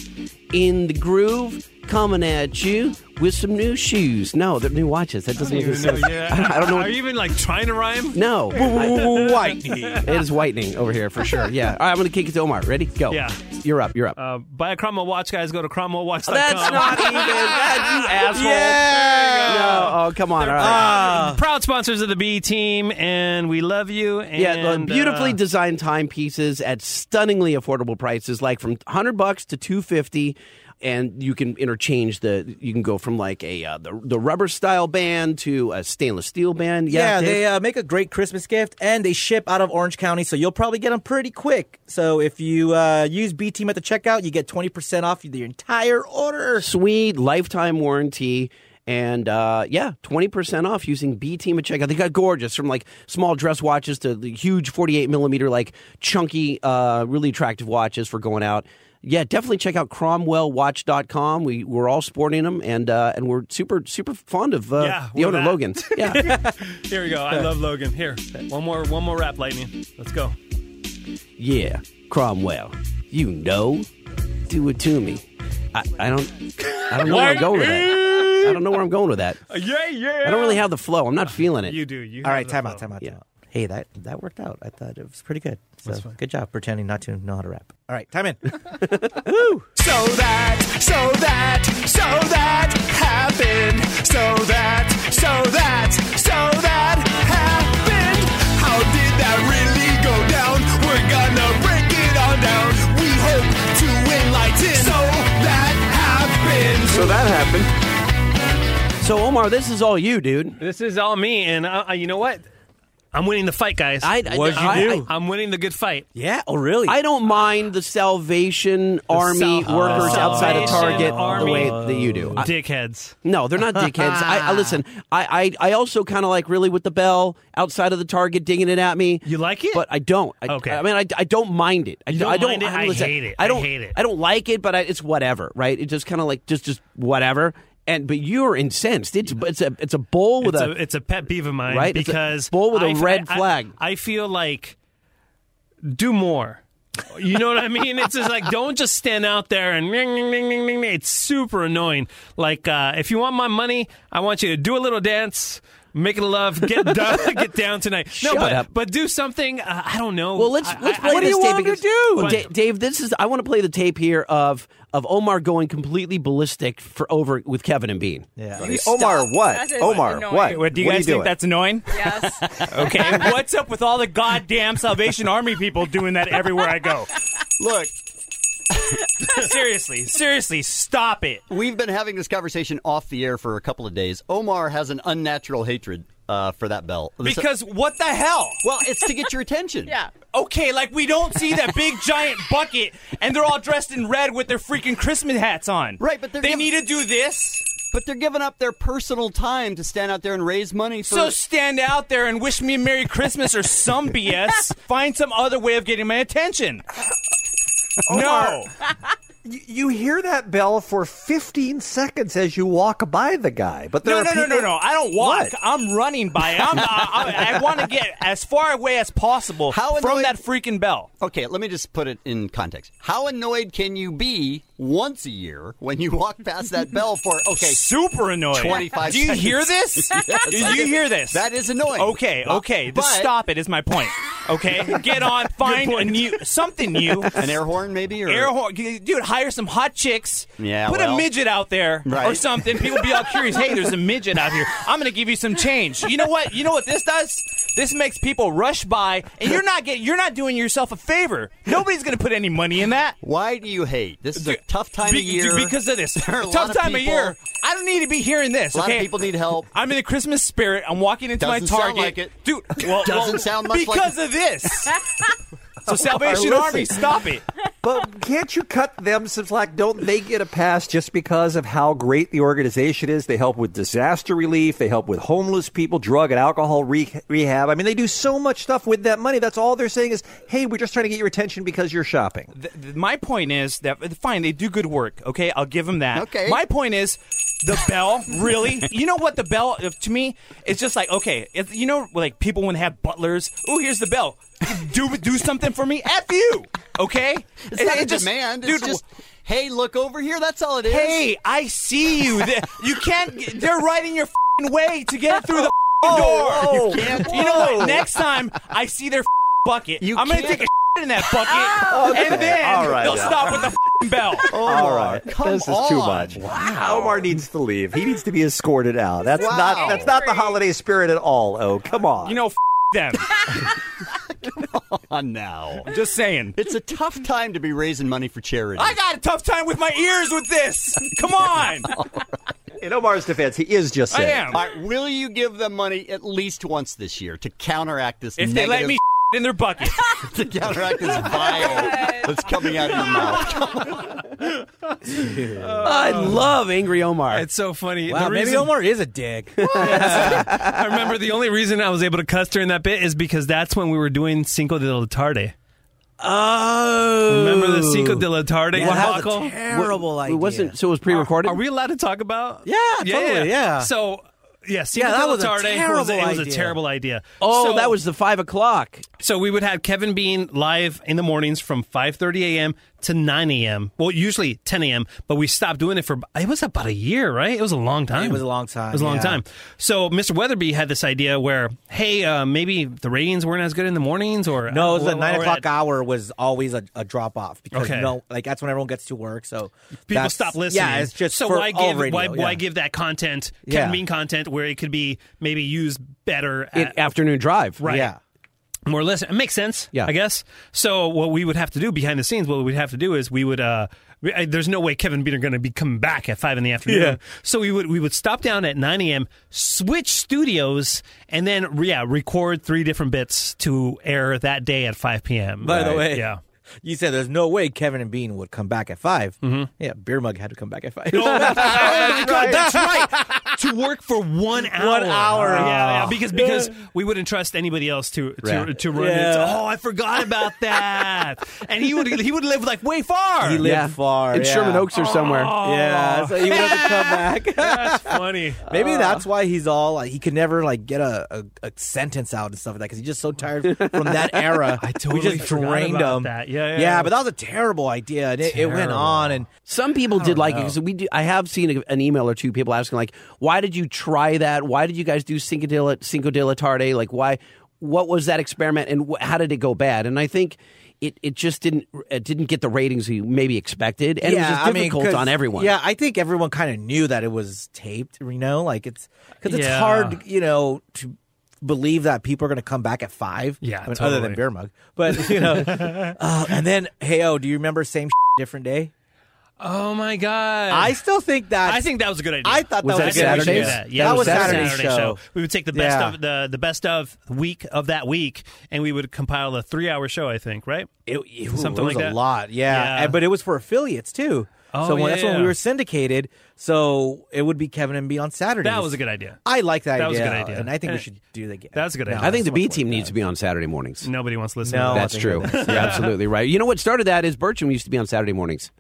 Speaker 1: in the groove coming at you with some new shoes. No, they're new watches. That doesn't
Speaker 2: I
Speaker 1: make
Speaker 2: don't
Speaker 1: any sense.
Speaker 2: even know, yeah.
Speaker 1: I don't know.
Speaker 2: Are you even like trying to rhyme?
Speaker 1: No.
Speaker 5: Whitening.
Speaker 1: it is whitening over here for sure. Yeah. All right, I'm going to kick it to Omar. Ready? Go.
Speaker 2: Yeah.
Speaker 1: You're up. You're up.
Speaker 2: Uh, buy a Cromwell watch, guys. Go to cromwellwatch.com.
Speaker 1: That's not even that, you asshole.
Speaker 2: Yeah.
Speaker 1: No. Oh, come on. All right.
Speaker 2: Ah. Proud sponsors of the B Team, and we love you. And,
Speaker 1: Yeah, look, beautifully
Speaker 2: uh,
Speaker 1: designed timepieces at stunningly affordable prices, like from hundred bucks to two fifty, and you can interchange the. You can go from like a uh, the, the rubber style band to a stainless steel band.
Speaker 5: Yeah,
Speaker 1: Yeah,
Speaker 5: they
Speaker 1: Dave?
Speaker 5: uh, make a great Christmas gift, and they ship out of Orange County, so you'll probably get them pretty quick. So if you uh, use B Team at the checkout, you get twenty percent off your entire order.
Speaker 1: sweet lifetime warranty. And uh, yeah, twenty percent off using B Team at checkout. They got gorgeous from like small dress watches to the huge forty-eight millimeter, like chunky, uh, really attractive watches for going out. Yeah, definitely check out CromwellWatch.com. We we're all sporting them, and uh, and we're super super fond of uh,
Speaker 2: Yeah,
Speaker 1: the
Speaker 2: we're
Speaker 1: owner
Speaker 2: that.
Speaker 1: Logan. Yeah.
Speaker 2: Here we go. I love Logan. Here, one more, one more rap, Lightning. Let's go.
Speaker 1: Yeah, Cromwell. You know, do it to me. I, I don't. I don't know where I'm going with that. I don't know where I'm going with that.
Speaker 2: Yeah, yeah.
Speaker 1: I don't really have the flow. I'm not feeling it.
Speaker 2: You do. You
Speaker 5: All
Speaker 2: have
Speaker 5: right,
Speaker 2: the
Speaker 5: time
Speaker 2: flow.
Speaker 5: out, time out, time out. Hey, that that worked out. I thought it was pretty good. So good job pretending not to know how to rap. All right, time in. Woo!
Speaker 3: So that, so that, so that happened. So that, so that, so that happened. How did that really go down? We're gonna break it all down. We hope to enlighten. So that happened. So that happened.
Speaker 1: So Omar, this is all you, dude.
Speaker 2: This is all me, and I, I, you know what? I'm winning the fight, guys.
Speaker 1: I- I- What'd you I- do?
Speaker 2: I, am winning the good fight.
Speaker 5: Yeah. Oh, really?
Speaker 1: I don't mind the Salvation Army
Speaker 2: Sal-
Speaker 1: workers
Speaker 2: Salvation
Speaker 1: outside of Target
Speaker 2: Army
Speaker 1: the way that you do. I-
Speaker 2: Dickheads.
Speaker 1: no, they're not dickheads. I, I listen. I I, I also kind of like really with the bell outside of the Target dinging it at me. You
Speaker 2: like it,
Speaker 1: but I don't. I,
Speaker 2: Okay.
Speaker 1: I mean, I, I don't mind it. I
Speaker 2: You don't
Speaker 1: I don't.
Speaker 2: mind it? I
Speaker 1: listen,
Speaker 2: hate it.
Speaker 1: I
Speaker 2: I
Speaker 1: don't
Speaker 2: hate it.
Speaker 1: I don't like it, but I, it's whatever, right? It's just kind of like just just whatever. And but you're incensed. It's it's a it's a bowl with
Speaker 2: It's a, it's a pet peeve of mine
Speaker 1: Right? It's a
Speaker 2: because
Speaker 1: bull with a
Speaker 2: I-
Speaker 1: red
Speaker 2: I- I-
Speaker 1: flag.
Speaker 2: I, feel like do more. You know what I mean? It's just like don't just stand out there and ring, ring, ring, ring, ring. It's super annoying. Like uh, if you want my money, I want you to do a little dance. Make it love, get down, get down tonight. No,
Speaker 1: Shut
Speaker 2: but
Speaker 1: up.
Speaker 2: but do something. Uh, I don't know.
Speaker 1: Well, let's
Speaker 2: I-
Speaker 1: let's
Speaker 2: I-
Speaker 1: play
Speaker 2: I-
Speaker 1: this tape because, Well,
Speaker 2: But-
Speaker 1: Da- Dave, this is I want to play the tape here of of Omar going completely ballistic for over with Kevin and Bean.
Speaker 5: Yeah.
Speaker 6: Omar, what?
Speaker 11: That is
Speaker 6: Omar,
Speaker 11: annoying.
Speaker 6: what?
Speaker 11: Wait, do you
Speaker 6: What are
Speaker 11: guys think
Speaker 6: doing?
Speaker 11: that's annoying? Yes. okay. What's up with all the goddamn Salvation Army people doing that everywhere I go?
Speaker 6: Look,
Speaker 11: seriously, seriously, stop it.
Speaker 7: We've been having this conversation off the air for a couple of days. Omar has an unnatural hatred uh, for that bell. This-
Speaker 11: Because what the hell?
Speaker 7: Well, it's to get your attention.
Speaker 11: yeah. Okay, like we don't see that big giant bucket, and they're all dressed in red with their freaking Christmas hats on.
Speaker 7: Right, but they're
Speaker 11: they
Speaker 7: giv-
Speaker 11: need to do this.
Speaker 7: But they're giving up their personal time to stand out there and raise money for.
Speaker 11: So stand out there and wish me a Merry Christmas or some BS. Find some other way of getting my attention. No.
Speaker 6: You, you hear that bell for 15 seconds as you walk by the guy, but there
Speaker 11: No,
Speaker 6: are
Speaker 11: no, no,
Speaker 6: people-
Speaker 11: no, no. I don't walk.
Speaker 6: What?
Speaker 11: I'm running by it. I'm, I, I, I want to get as far away as possible from that freaking bell.
Speaker 7: Okay, let me just put it in context. How annoyed can you be once a year when you walk past that bell for okay,
Speaker 11: super annoyed.
Speaker 7: 25
Speaker 11: Do you
Speaker 7: seconds?
Speaker 11: hear this?
Speaker 7: Yes.
Speaker 11: Do you hear this?
Speaker 7: That is annoying.
Speaker 11: Okay, okay. Just
Speaker 7: But-
Speaker 11: stop it is my point. Okay? Get on, find a new something new.
Speaker 7: An air horn maybe or
Speaker 11: Air horn, dude. Hire some hot chicks.
Speaker 7: Yeah,
Speaker 11: put
Speaker 7: well.
Speaker 11: a midget out there or
Speaker 7: Right.
Speaker 11: something. People be all curious. Hey, there's a midget out here. I'm gonna give you some change. You know what? You know what this does? This makes people rush by, and you're not getting. You're not doing yourself a favor. Nobody's gonna put any money in that.
Speaker 7: Why do you hate? This is a tough time
Speaker 11: Be-
Speaker 7: of year.
Speaker 11: because of this.
Speaker 7: There are a lot
Speaker 11: Tough
Speaker 7: of
Speaker 11: time of
Speaker 7: people-
Speaker 11: year. I don't need to be hearing this.
Speaker 7: A lot of
Speaker 11: okay,
Speaker 7: people need help.
Speaker 11: I'm in the Christmas spirit. I'm walking into
Speaker 7: Doesn't
Speaker 11: my
Speaker 7: sound
Speaker 11: Target,
Speaker 7: like it.
Speaker 11: dude. Well,
Speaker 7: Doesn't
Speaker 11: well,
Speaker 7: sound much like
Speaker 11: because
Speaker 7: it.
Speaker 11: of this. So
Speaker 6: Omar,
Speaker 11: Salvation
Speaker 6: listen.
Speaker 11: Army, stop it.
Speaker 6: But can't you cut them some slack? Don't they get a pass just because of how great the organization is? They help with disaster relief. They help with homeless people, drug and alcohol re- rehab. I mean, they do so much stuff with that money. That's all they're saying is, hey, we're just trying to get your attention because you're shopping.
Speaker 11: th- th- my point is that fine, they do good work. Okay, I'll give them that.
Speaker 6: Okay.
Speaker 11: My point is the bell really. you know what the bell if- to me it's just like okay, if, you know like people when they have butlers. Oh, here's the bell. Do do something for me. F you. Okay.
Speaker 7: It's not a demand, it's just, hey, look over here. That's all it is.
Speaker 11: Hey, I see you. They- you can't. get- They're right in your fing way to get through the fing door. You can't. You know
Speaker 7: Oh, whoa.
Speaker 11: what? Next time I see their fing bucket, I'm gonna
Speaker 7: can't- Ah!
Speaker 11: take a shit in that
Speaker 5: Oh,
Speaker 11: bucket,
Speaker 7: Okay.
Speaker 11: and then
Speaker 6: All right,
Speaker 11: they'll
Speaker 6: now.
Speaker 11: stop with the fing bell.
Speaker 6: All right,
Speaker 7: come
Speaker 6: this is too
Speaker 7: on.
Speaker 6: much. Wow. Omar needs to leave. He needs to be escorted out. That's
Speaker 11: Wow.
Speaker 6: not that's not the holiday spirit at all. Oh, come on.
Speaker 11: You know, f- them.
Speaker 7: Come on now. I'm
Speaker 11: just saying.
Speaker 7: It's a tough time to be raising money for charity.
Speaker 11: I got a tough time with my ears with this. Come on.
Speaker 6: In Omar's defense, he is just
Speaker 7: I
Speaker 6: saying.
Speaker 7: am. All right, will you give them money at least once this year to counteract this?
Speaker 11: If they let
Speaker 7: negative-
Speaker 11: me in their bucket,
Speaker 7: to counteract this vile that's coming out of your mouth.
Speaker 1: I love Angry Omar.
Speaker 2: Oh. It's so funny.
Speaker 1: Wow,
Speaker 2: The
Speaker 1: maybe
Speaker 2: reason-
Speaker 1: Omar
Speaker 5: is a dick.
Speaker 2: I remember the only reason I was able to cuss during that bit is because that's when we were doing Cinco de la Tarde.
Speaker 1: Oh,
Speaker 2: Remember the Cinco de la Tarde
Speaker 1: Yeah, that was a
Speaker 2: debacle?
Speaker 1: terrible It idea. wasn't- so it was pre-recorded?
Speaker 2: Are, are we allowed to talk about?
Speaker 1: Yeah, totally, yeah.
Speaker 2: So, yeah, Cinco
Speaker 1: Yeah, that
Speaker 2: de la
Speaker 1: was a
Speaker 2: Tarde was,
Speaker 1: terrible
Speaker 2: it was a
Speaker 1: idea.
Speaker 2: terrible idea.
Speaker 1: Oh,
Speaker 2: So-
Speaker 1: that was the five o'clock.
Speaker 2: So we would have Kevin Bean live in the mornings from 5:30 a.m. to 9 a.m. Well, usually 10 a.m., but we stopped doing it for it was about a year, right? It was a long time.
Speaker 5: It was a long time,
Speaker 2: It was a long
Speaker 5: yeah.
Speaker 2: time. So Mr. Weatherby had this idea where, hey, uh, maybe the ratings weren't as good in the mornings, or
Speaker 5: No, it was
Speaker 2: or-
Speaker 5: the nine
Speaker 2: or
Speaker 5: o'clock
Speaker 2: at-
Speaker 5: hour was always a, a drop off because
Speaker 2: Okay.
Speaker 5: no, like that's when everyone gets to work, so
Speaker 2: People
Speaker 5: that's-
Speaker 2: stop listening.
Speaker 5: Yeah, it's just
Speaker 2: so
Speaker 5: for
Speaker 2: why
Speaker 5: all
Speaker 2: give
Speaker 5: radio,
Speaker 2: why,
Speaker 5: yeah.
Speaker 2: why give that content Kevin
Speaker 5: Yeah.
Speaker 2: Bean content where it could be maybe used better at,
Speaker 1: It, afternoon drive.
Speaker 2: Right. Yeah. more listen. It makes sense, yeah. I guess. So what we would have to do behind the scenes, what we'd have to do is we would. uh we, I, there's no way Kevin Beater going to be coming back at five in the afternoon.
Speaker 1: Yeah.
Speaker 2: So we would we would stop down at nine a.m. Switch studios and then yeah record three different bits to air that day at five p.m.
Speaker 5: By the
Speaker 2: Right.
Speaker 5: way,
Speaker 2: yeah.
Speaker 5: you said there's no way Kevin and Bean would come back at 5 Yeah, Beer Mug had to come back at five.
Speaker 2: Mm-hmm. Oh my God, that's right. to work for one hour.
Speaker 5: hour.
Speaker 2: Yeah, yeah,
Speaker 5: Oh.
Speaker 2: because because we wouldn't trust anybody else to to,
Speaker 5: Right.
Speaker 2: to run it.
Speaker 5: Yeah.
Speaker 2: So, Oh, I forgot about that. and he would he would live like way far.
Speaker 5: He lived far
Speaker 1: In
Speaker 5: yeah.
Speaker 1: Sherman Oaks or somewhere.
Speaker 5: Yeah, so he would
Speaker 2: Oh.
Speaker 5: have to
Speaker 11: Oh.
Speaker 5: come back.
Speaker 2: That's funny.
Speaker 5: Maybe
Speaker 1: Uh.
Speaker 5: that's why he's all like, he could never like get a, a, a sentence out and stuff like that because he's just so tired from that era.
Speaker 1: I
Speaker 5: we
Speaker 1: totally
Speaker 5: just
Speaker 1: forgot
Speaker 5: drained
Speaker 1: about
Speaker 5: him.
Speaker 1: that. Yeah, yeah, yeah.
Speaker 5: but that was a terrible idea. And it, it went
Speaker 1: Terrible.
Speaker 5: on, and
Speaker 1: Some people did like it
Speaker 5: know.
Speaker 1: because we. Do, I have seen a, an email or two people asking like, "Why did you try that? Why did you guys do Cinco de la, Cinco de la Tarde? Like, why? What was that experiment, and wh- how did it go bad?" And I think it, it just didn't it didn't get the ratings we maybe expected, and it was
Speaker 5: I
Speaker 1: just
Speaker 5: mean,
Speaker 1: difficult
Speaker 5: 'cause-
Speaker 1: on everyone.
Speaker 5: Yeah, I think everyone kind of knew that it was taped. You know, like it's because it's
Speaker 1: Yeah.
Speaker 5: hard. You know to believe that people are going to come back at five. Yeah, I mean, other
Speaker 2: totally.
Speaker 5: than beer mug, but you know. uh, and then, hey, oh, do you remember same different day?
Speaker 2: Oh my god!
Speaker 5: I still think that.
Speaker 2: I think that was a good idea.
Speaker 5: I thought
Speaker 2: I
Speaker 5: that was,
Speaker 2: think
Speaker 5: a
Speaker 2: we should
Speaker 5: good
Speaker 2: do
Speaker 5: idea.
Speaker 2: that. Yeah,
Speaker 5: that was
Speaker 2: Saturday,
Speaker 5: Saturday's
Speaker 2: show.
Speaker 5: show.
Speaker 2: We would take the best
Speaker 5: Yeah.
Speaker 2: of the the best of week of that week, and we would compile a three hour show. I think, right?
Speaker 5: Ooh,
Speaker 2: Something
Speaker 5: it was
Speaker 2: like
Speaker 5: a
Speaker 2: that.
Speaker 5: lot. Yeah. And- but it was for affiliates too.
Speaker 2: Oh,
Speaker 5: so when,
Speaker 2: yeah,
Speaker 5: that's when we
Speaker 2: yeah.
Speaker 5: were syndicated. So it would be Kevin and me on Saturday.
Speaker 2: That was a good idea.
Speaker 5: I like that,
Speaker 2: That
Speaker 5: idea.
Speaker 2: was a good idea. Eh.
Speaker 5: and I think we
Speaker 2: And-
Speaker 5: should do that again.
Speaker 2: That's a good
Speaker 5: No,
Speaker 2: idea.
Speaker 1: I think the B team needs to be on Saturday mornings.
Speaker 2: Nobody wants to listen.
Speaker 1: No,
Speaker 2: to
Speaker 1: that's
Speaker 2: that.
Speaker 1: true. You're absolutely right. You know what started that is Bertram used to be on Saturday mornings.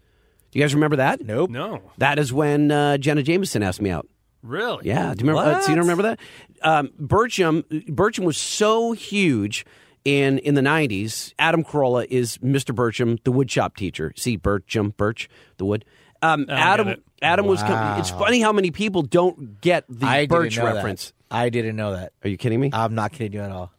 Speaker 1: Do you guys remember that?
Speaker 5: Nope.
Speaker 2: No.
Speaker 1: That is when uh, Jenna Jameson asked me out.
Speaker 2: Really?
Speaker 1: Yeah. Do you remember? uh, so you don't remember that? Um, Bertram Bertram was so huge in in the '90s. Adam Carolla is Mr. Bertram, the woodshop teacher. See Bertram, Birch, the wood. Um, Adam
Speaker 5: it.
Speaker 1: Adam was.
Speaker 5: Wow.
Speaker 1: Com- it's funny how many people don't get the
Speaker 5: I didn't
Speaker 1: Birch
Speaker 5: know that.
Speaker 1: reference.
Speaker 5: I didn't know that.
Speaker 1: Are you kidding me?
Speaker 5: I'm not kidding you at all.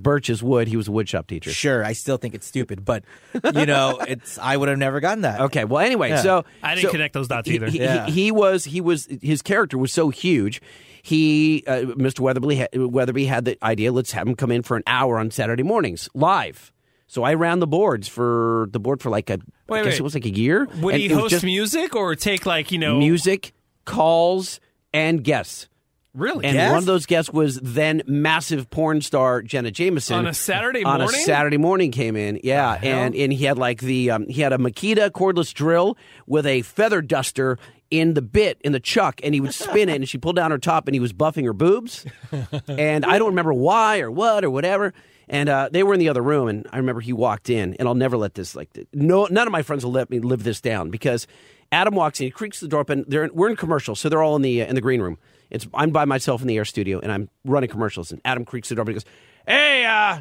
Speaker 1: Birch is wood. He was a woodshop teacher.
Speaker 5: Sure, I still think it's stupid, but you know, it's I would have never gotten that.
Speaker 1: Okay, well, anyway, so
Speaker 2: I didn't
Speaker 1: so
Speaker 2: connect those dots
Speaker 1: he-
Speaker 2: either.
Speaker 1: He,
Speaker 2: Yeah.
Speaker 1: he, he was he was his character was so huge. He uh, Mr. Weatherby had, Weatherby had the idea. Let's have him come in for an hour on Saturday mornings live. So I ran the boards for the board for like a I
Speaker 2: Wait,
Speaker 1: guess
Speaker 2: wait.
Speaker 1: it was like a year.
Speaker 2: Would
Speaker 1: And
Speaker 2: he
Speaker 1: it was
Speaker 2: host
Speaker 1: just
Speaker 2: music or take like you know?
Speaker 1: music calls and guests?
Speaker 2: Really?
Speaker 1: And
Speaker 2: Guests?
Speaker 1: one of those guests was then massive porn star Jenna Jameson
Speaker 2: On a Saturday
Speaker 1: On a
Speaker 2: morning?
Speaker 1: Saturday morning came in, yeah, and and he had like the um, he had a Makita cordless drill with a feather duster in the bit in the chuck, and he would spin it, and she pulled down her top, and he was buffing her boobs, and I don't remember why or what or whatever. And uh, they were in the other room, and I remember he walked in, and I'll never let this like th- no none of my friends will let me live this down because Adam walks in, he creaks the door open. They're in, we're in commercial, so they're all in the uh, in the green room. It's I'm by myself in the air studio, and I'm running commercials, and Adam creaks the door open. and goes, "Hey, uh,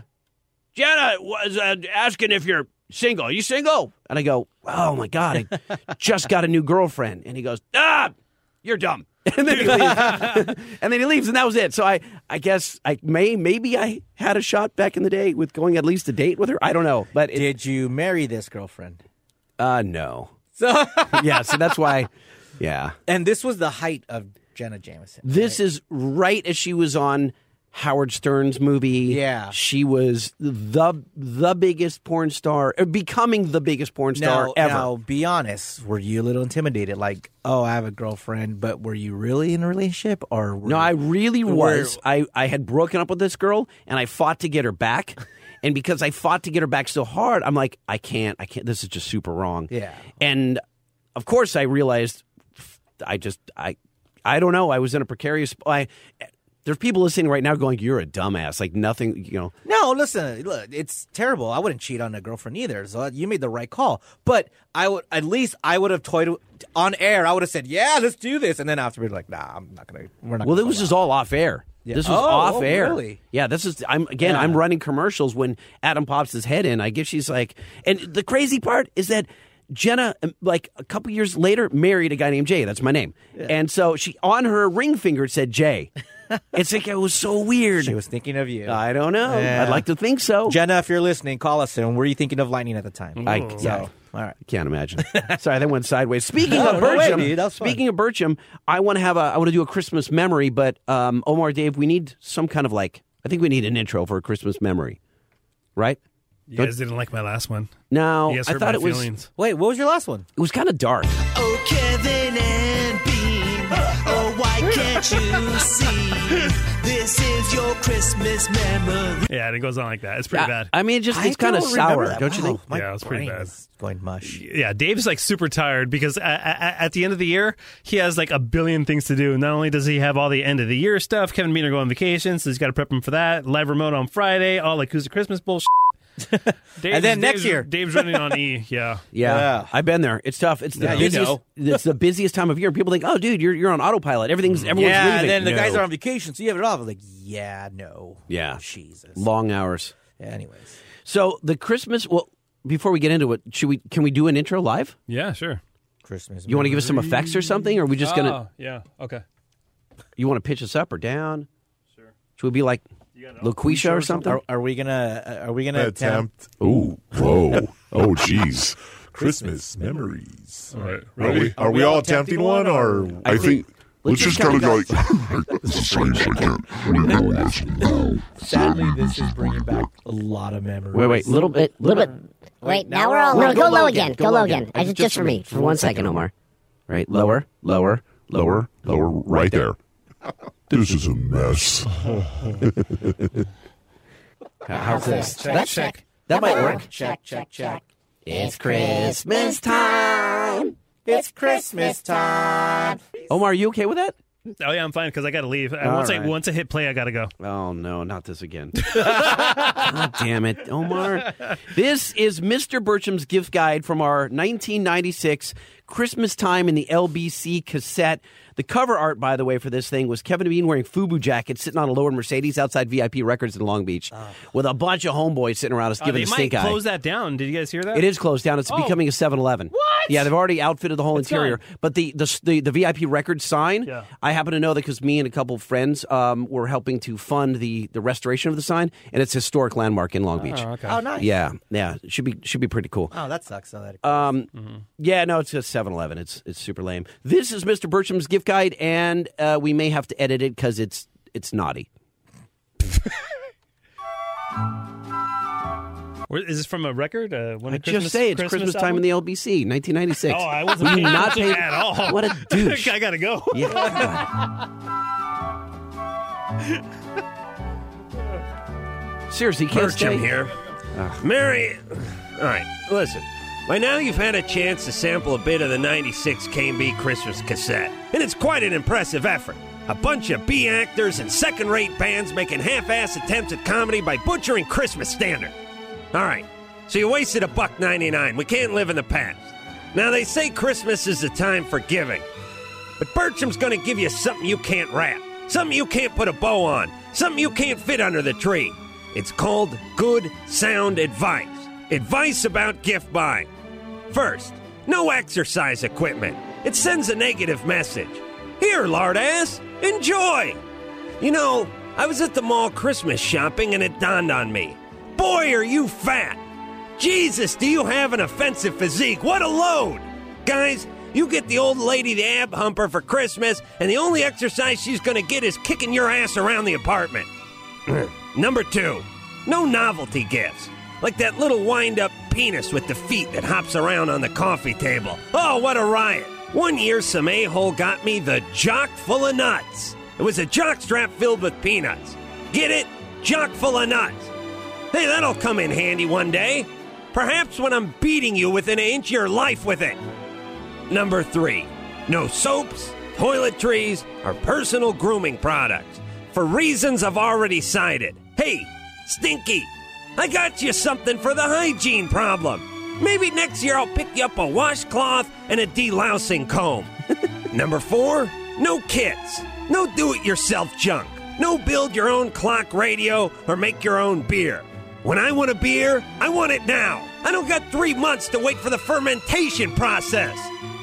Speaker 1: Jenna was uh, asking if you're single. Are you single? And I go, oh my God, I just got a new girlfriend. And he goes, ah, you're dumb. And then he leaves. and then he leaves, and that was it. So I, I guess I may, maybe I had a shot back in the day with going at least a date with her. I don't know, but it,
Speaker 5: Did you marry this girlfriend?
Speaker 1: uh, no.
Speaker 5: So
Speaker 1: yeah, so that's why, yeah.
Speaker 5: And this was the height of Jenna Jameson.
Speaker 1: This is right as she was on Howard Stern's movie.
Speaker 5: Yeah.
Speaker 1: she was the the biggest porn star, uh, becoming the biggest porn star
Speaker 5: now,
Speaker 1: ever.
Speaker 5: now, be honest. Were you a little intimidated? Like, oh, I have a girlfriend, but were you really in a relationship? Or were
Speaker 1: No, I really
Speaker 5: Where-
Speaker 1: was. I, I had broken up with this girl and I fought to get her back. and because I fought to get her back so hard, I'm like, I can't, I can't, this is just super wrong.
Speaker 5: Yeah.
Speaker 1: And of course I realized f- I just, I, I don't know. I was in a precarious, I, there's people listening right now going, you're a dumbass. Like nothing, you know.
Speaker 5: No, listen, look, it's terrible. I wouldn't cheat on a girlfriend either. So you made the right call. But I would at least I would have toyed with- on air. I would have said, "Yeah, let's do this," and then after we'd be like, "Nah, I'm not gonna." We're not.
Speaker 1: well,
Speaker 5: gonna
Speaker 1: it was
Speaker 5: go
Speaker 1: just all off air.
Speaker 5: Yeah.
Speaker 1: This was
Speaker 5: Oh,
Speaker 1: off
Speaker 5: oh,
Speaker 1: air.
Speaker 5: really?
Speaker 1: Yeah, this is. I'm again. I'm running commercials when Adam pops his head in. I guess she's like, and the crazy part is that Jenna, um, like a couple years later, married a guy named Jay. That's my name, and so she on her ring finger it said Jay. it's like it was so weird. She was
Speaker 5: thinking of you.
Speaker 1: I don't know. I'd like to think so.
Speaker 5: Jenna, if you're listening, call us. And were you thinking of lightning at the time?
Speaker 1: I
Speaker 5: So,
Speaker 1: yeah.
Speaker 5: all right.
Speaker 1: Can't imagine. Sorry, that went sideways. Speaking
Speaker 5: No,
Speaker 1: of
Speaker 5: no way,
Speaker 1: Bertram,
Speaker 5: dude, that was fun.
Speaker 1: speaking of Bertram, I want to have a, I want to do a Christmas memory, but um, Omar, Dave, we need some kind of like, I think we need an intro for a Christmas memory, right?
Speaker 2: You
Speaker 1: Don't-
Speaker 2: guys didn't like my last one.
Speaker 1: No,
Speaker 2: You guys
Speaker 1: I
Speaker 2: hurt
Speaker 1: thought
Speaker 2: my
Speaker 1: it was.
Speaker 2: feelings.
Speaker 5: Wait, what was your last one?
Speaker 1: It was kind of dark.
Speaker 3: Oh, Kevin and Bean, oh, why can't you see? This is your Christmas memory.
Speaker 2: Yeah, and it goes on like that. It's pretty bad.
Speaker 1: I mean, it just it's kind of sour, don't you
Speaker 5: Oh,
Speaker 1: think?
Speaker 2: yeah, it's pretty bad.
Speaker 5: Going mush.
Speaker 2: Yeah, Dave's like super tired because a- a- a- at the end of the year he has like a billion things to do. Not only does he have all the end of the year stuff, Kevin Meaner go on vacation, so he's got to prep him for that. Live remote on Friday, all like who's the Christmas bullshit. Dave's-
Speaker 1: And then next
Speaker 2: Dave's-
Speaker 1: year.
Speaker 2: Dave's running on E. Yeah,
Speaker 1: Yeah, I've been there. It's tough. It's the
Speaker 2: Yeah, you
Speaker 1: busiest.
Speaker 2: know.
Speaker 1: It's the busiest time of year. People think, "Oh, dude, you're you're on autopilot. Everything's everyone's
Speaker 5: Mm. yeah,
Speaker 1: leaving."
Speaker 5: and then the guys
Speaker 1: No.
Speaker 5: are on vacation, so you have it off. I'm like, yeah, no.
Speaker 1: Yeah.
Speaker 5: Jesus.
Speaker 1: Long hours.
Speaker 5: Anyways.
Speaker 1: So the Christmas. Well, before we get into it, should we? Can we do an intro live?
Speaker 2: yeah, sure.
Speaker 5: Christmas.
Speaker 1: You want to give us some effects or something? Or are we just gonna?
Speaker 2: Oh, yeah. Okay.
Speaker 1: You want to pitch us up or down? Sure. Should we be like Laquisha or something?
Speaker 5: Are, are we gonna? uh, Are we gonna attempt?
Speaker 18: attempt. Ooh, whoa, oh, jeez. Christmas memories.
Speaker 2: All right.
Speaker 18: Are we, are we all attempting one, or
Speaker 1: I think
Speaker 18: Let's just kind of go like, this is strange, I can't remember this.
Speaker 5: Sadly, this is bringing back a lot of memories.
Speaker 1: Wait, wait, little bit, little bit.
Speaker 19: Wait, now we're all
Speaker 1: No,
Speaker 19: low. Go low again. Go low again. I- Just for me.
Speaker 1: for one second, Omar. Right, lower, lower, lower, lower, right there.
Speaker 18: This is a mess.
Speaker 1: How's this?
Speaker 5: Check, check.
Speaker 1: That might work.
Speaker 5: Check, check, check.
Speaker 1: It's Christmas.
Speaker 5: Christmas time. It's Christmas time.
Speaker 1: Omar, are you okay with that?
Speaker 2: Oh yeah, I'm fine because I got to leave. Uh,
Speaker 1: All
Speaker 2: once I
Speaker 1: right.
Speaker 2: once I hit play, I got to go.
Speaker 1: Oh no, not this again. God damn it, Omar. This is Mr. Burcham's gift guide from our 1996 Christmas Time in the LBC cassette. The cover art, by the way, for this thing was Kevin Bean wearing FUBU jacket, sitting on a lowered Mercedes outside VIP Records in Long Beach, with a bunch of homeboys sitting around us
Speaker 2: Uh,
Speaker 1: giving
Speaker 2: they
Speaker 1: a
Speaker 2: might
Speaker 1: stink eye.
Speaker 2: close that down. Did you guys hear that?
Speaker 1: It is closed down. It's
Speaker 2: Oh.
Speaker 1: becoming a 7-Eleven. What? Yeah, they've already outfitted the whole interior. But the, the the the VIP record sign.
Speaker 2: Yeah.
Speaker 1: I happen to know that because me and a couple of friends um, were helping to fund the the restoration of the sign, and it's a historic landmark in Long Beach.
Speaker 5: okay. Oh, nice.
Speaker 1: Yeah, yeah. It Should be should be pretty cool.
Speaker 5: Oh, Mm-hmm. that sucks. though, that
Speaker 1: Um, yeah, no, it's just 7-Eleven. It's it's super lame. This is Mr. Burcham's gift guide, and uh, we may have to edit it because it's it's naughty.
Speaker 2: Or Is this from a record? Uh, one
Speaker 1: I
Speaker 2: of Christmas,
Speaker 1: just say it's Christmas, time in the LBC, 1996.
Speaker 2: Oh, I wasn't
Speaker 1: Will you
Speaker 2: paying
Speaker 1: not
Speaker 2: attention
Speaker 1: pay-
Speaker 2: at all.
Speaker 1: What a douche!
Speaker 2: I gotta go.
Speaker 1: Yeah. Seriously, you can't stay.
Speaker 20: Bertram here. Uh, Mary, all right, listen. By now, you've had a chance to sample a bit of the 96 KB Christmas cassette, and it's quite an impressive effort. A bunch of B actors and second rate bands making half ass attempts at comedy by butchering Christmas standard. All right, so you wasted a buck 99. We can't live in the past. Now, they say Christmas is the time for giving. But Bertram's gonna give you something you can't wrap, something you can't put a bow on, something you can't fit under the tree. It's called good sound advice. Advice about gift buying. First, no exercise equipment. It sends a negative message. Here, lardass, enjoy. You know, I was at the mall Christmas shopping and it dawned on me. Boy, are you fat! Jesus, do you have an offensive physique? What a load! Guys, you get the old lady the ab humper for Christmas, and the only exercise she's gonna get is kicking your ass around the apartment. Number two, no novelty gifts. Like that little wind up penis with the feet that hops around on the coffee table. Oh, what a riot! One year, some a hole got me the jock full of nuts. It was a jock strap filled with peanuts. Get it? Jock full of nuts. Hey, that'll come in handy one day. Perhaps when I'm beating you within an inch of your life with it. Number three, no soaps, toiletries, or personal grooming products for reasons I've already cited. Hey, Stinky, I got you something for the hygiene problem. Maybe next year I'll pick you up a washcloth and a delousing comb. Number four, no kits, no do it yourself junk, no build your own clock radio or make your own beer. When I want a beer, I want it now. I don't got three months to wait for the fermentation process.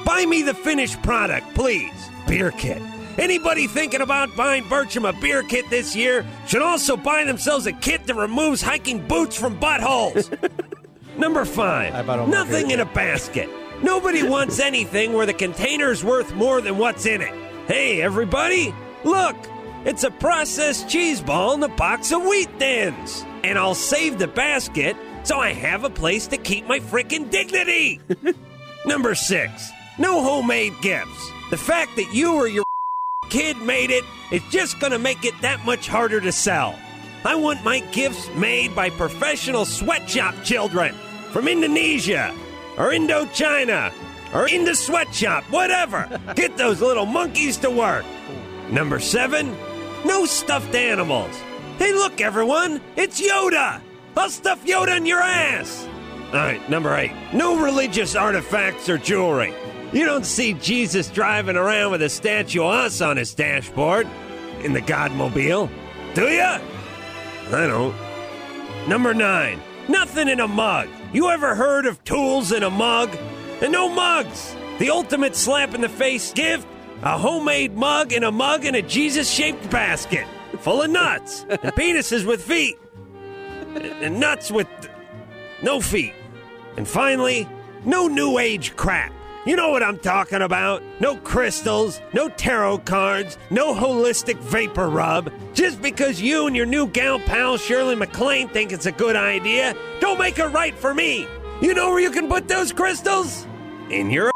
Speaker 20: Buy me the finished product, please. Beer kit. Anybody thinking about buying Bertram a beer kit this year should also buy themselves a kit that removes hiking boots from buttholes. Number five, nothing in a basket. Nobody wants anything where the container's worth more than what's in it. Hey, everybody, look, it's a processed cheese ball in a box of wheat thins. And I'll save the basket so I have a place to keep my frickin' dignity. Number six, no homemade gifts. The fact that you or your kid made it is just gonna make it that much harder to sell. I want my gifts made by professional sweatshop children from Indonesia or Indochina or in the sweatshop, whatever. Get those little monkeys to work. Number seven, no stuffed animals. Hey, look, everyone, it's Yoda. I'll stuff Yoda in your ass. All right, number eight, no religious artifacts or jewelry. You don't see Jesus driving around with a statue of us on his dashboard in the Godmobile, do ya? I don't. Number nine, nothing in a mug. You ever heard of tools in a mug? And no mugs. The ultimate slap in the face gift a homemade mug and a mug in a Jesus shaped basket full of nuts and penises with feet. And nuts with no feet. And finally, no new age crap. You know what I'm talking about? No crystals, no tarot cards, no holistic vapor rub. Just because you and your new gal pal Shirley MacLaine think it's a good idea, don't make it right for me. You know where you can put those crystals? In your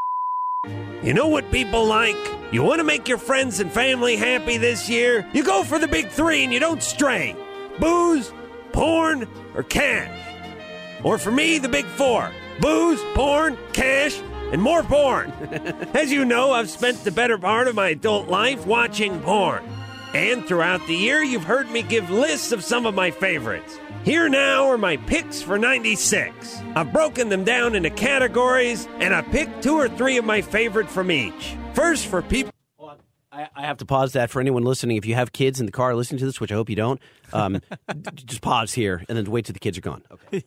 Speaker 20: you know what people like? You want to make your friends and family happy this year? You go for the big three and you don't stray booze, porn, or cash. Or for me, the big four booze, porn, cash, and more porn. As you know, I've spent the better part of my adult life watching porn. And throughout the year, you've heard me give lists of some of my favorites. Here now are my picks for 96. I've broken them down into categories, and I picked two or three of my favorite from each. First, for people.
Speaker 1: I have to pause that for anyone listening. If you have kids in the car listening to this, which I hope you don't, um, d- just pause here and then wait till the kids are gone. Okay.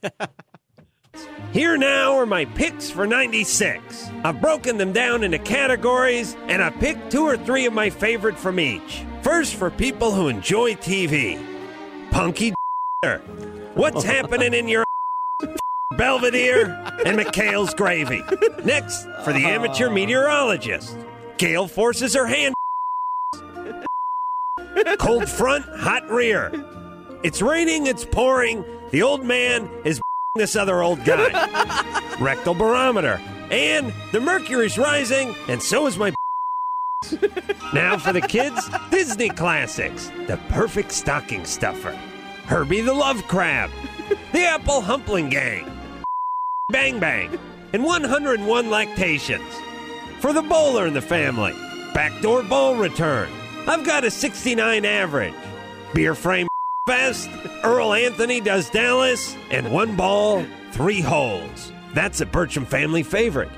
Speaker 20: Here now are my picks for 96. I've broken them down into categories, and I picked two or three of my favorite from each. First, for people who enjoy TV Punky er. What's happening in your Belvedere and McHale's gravy? Next, for the amateur meteorologist Gale forces her hand Cold front, hot rear. It's raining, it's pouring. The old man is this other old guy. Rectal barometer. And the mercury's rising, and so is my. now for the kids, Disney classics. The perfect stocking stuffer. Herbie the Love Crab. The Apple Humpling Gang. Bang Bang. And 101 Lactations. For the bowler in the family, backdoor bowl return. I've got a 69 average. Beer frame fest, Earl Anthony does Dallas, and one ball, three holes. That's a Bertram family favorite.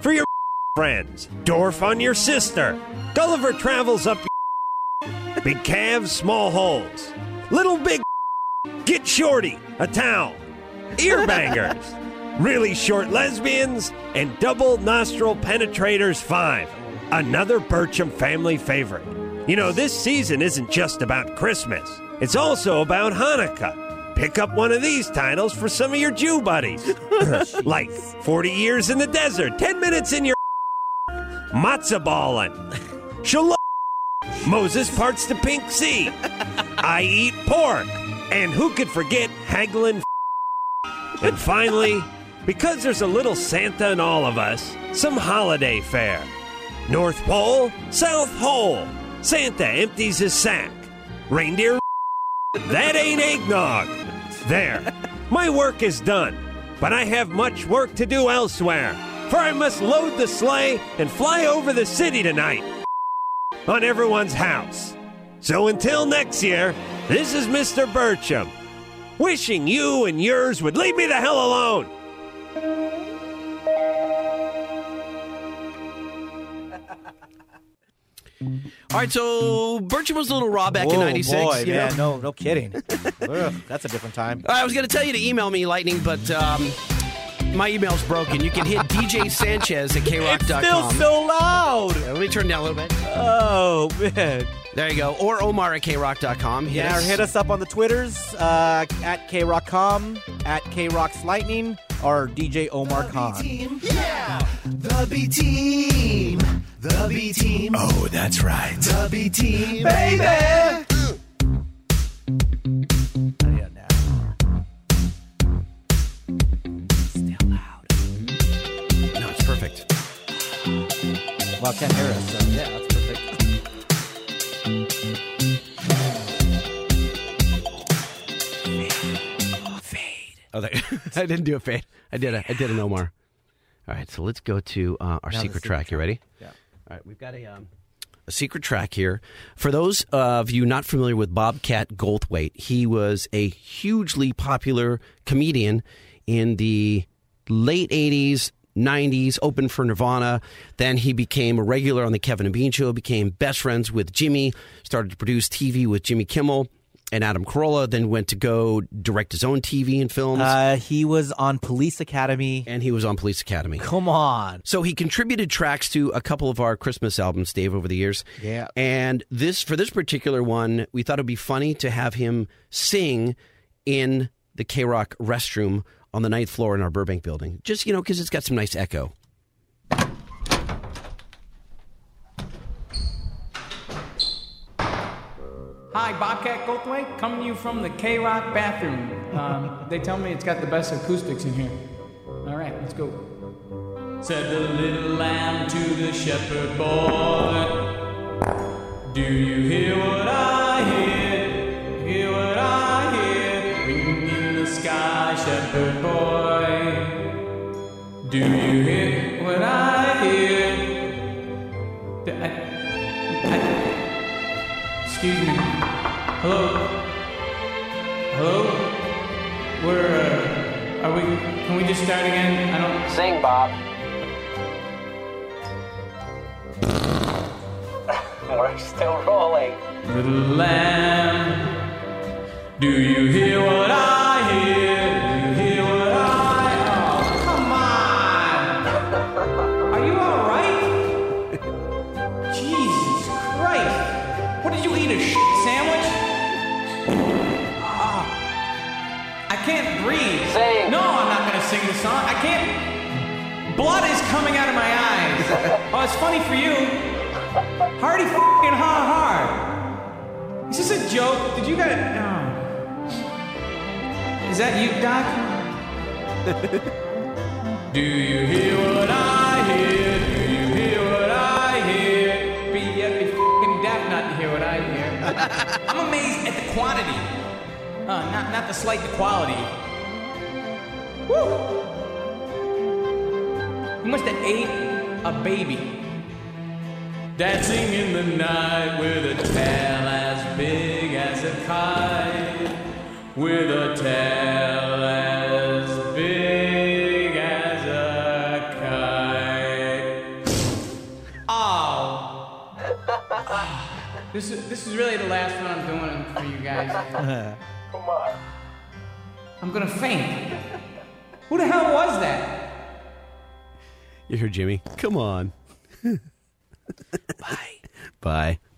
Speaker 20: For your friends, Dorf on your sister, Gulliver travels up your big calves, small holes, little big get shorty, a towel, ear bangers, really short lesbians, and double nostril penetrators five. Another Bertram family favorite. You know, this season isn't just about Christmas, it's also about Hanukkah. Pick up one of these titles for some of your Jew buddies. like 40 years in the desert, 10 minutes in your matzah ballin', shalom, Moses parts the Pink Sea, I eat pork, and who could forget haggling and finally, because there's a little Santa in all of us, some holiday fare. North Pole, South Hole. Santa empties his sack. Reindeer. That ain't eggnog. There. My work is done, but I have much work to do elsewhere, for I must load the sleigh and fly over the city tonight on everyone's house. So until next year, this is Mr. Burcham, wishing you and yours would leave me the hell alone.
Speaker 1: All right, so Bertram was a little raw back in
Speaker 5: Whoa,
Speaker 1: '96.
Speaker 5: boy,
Speaker 1: you know?
Speaker 5: yeah, no, no kidding. Ugh, that's a different time.
Speaker 1: I was going to tell you to email me, Lightning, but um, my email's broken. You can hit DJ Sanchez at krock.com.
Speaker 5: Still so loud.
Speaker 1: Yeah, let me turn it down a little bit.
Speaker 5: Oh man.
Speaker 1: There you go. Or Omar at krock.com. Hit
Speaker 5: Yeah, or
Speaker 1: us.
Speaker 5: hit us up on the Twitters uh, at krockcom, at krockslightning, or DJ Omar Khan.
Speaker 3: Yeah! The B team. The B team. Oh, that's right. The B team. Baby!
Speaker 1: No, it's perfect.
Speaker 5: Well, I can't hear us. So yeah, that's perfect.
Speaker 1: Oh, there. I didn't do a fade. I did a. I did an Omar. All right, so let's go to uh, our
Speaker 3: Now the
Speaker 1: secret
Speaker 3: secret
Speaker 1: track. You ready?
Speaker 3: Yeah.
Speaker 1: All right, we've got a um, a secret track here. For those of you not familiar with Bobcat Goldthwait, he was a hugely popular comedian in the late 80s, 90s, opened for Nirvana. Then he became a regular on the Kevin and Bean show, became best friends with Jimmy, started to produce TV with Jimmy Kimmel and Adam Carolla, then went to go direct his own TV and films.
Speaker 5: Uh, he was on Police Academy.
Speaker 1: And he was on Police Academy.
Speaker 5: Come on.
Speaker 1: So he contributed tracks to a couple of our Christmas albums, Dave, over the years.
Speaker 5: Yeah.
Speaker 1: And this for this particular one, we thought it'd be funny to have him sing in the K Rock restroom on the ninth floor in our Burbank building. Just you know, because it's got some nice echo.
Speaker 21: Hi, Bobcat Goldthwait, coming to you from the K Rock bathroom. Um, they tell me it's got the best acoustics in here. All right, let's go. Said the little lamb to the shepherd boy, Do you hear what I hear? Hear what I hear? Ringing in the sky, shepherd boy. Do you hear what I hear? D- I- I- excuse me. Hello? Hello? We're, uh, are we, can we just start again? I don't. Sing, Bob.
Speaker 8: We're still rolling.
Speaker 21: Little lamb, do you hear what I hear? Do you hear what I? Oh, come on! Are you all right? Jesus Christ! What did you eat? A shit sandwich? Ah, I can't breathe. Sing. No, I'm not gonna sing the song. I can't. Blood is coming out of my eyes. oh, it's funny for you. Hardy f***ing ha hard. Is this a joke? Did you guys? No. Is that you, Doc? Do you hear what I hear? Do you hear what I hear? Be yet be f***ing deaf not to hear what I hear. I'm amazed at the quantity, uh, not not the slight the quality. Woo! You must have ate a baby. Dancing in the night with a tail as big as a kite. With a tail as big as a kite. Oh. this, is, this is really the last one I'm doing for you
Speaker 5: Uh-huh.
Speaker 21: guys. Come on. I'm gonna faint. Who the hell was that?
Speaker 1: You heard Jimmy. Come on. Bye. Bye.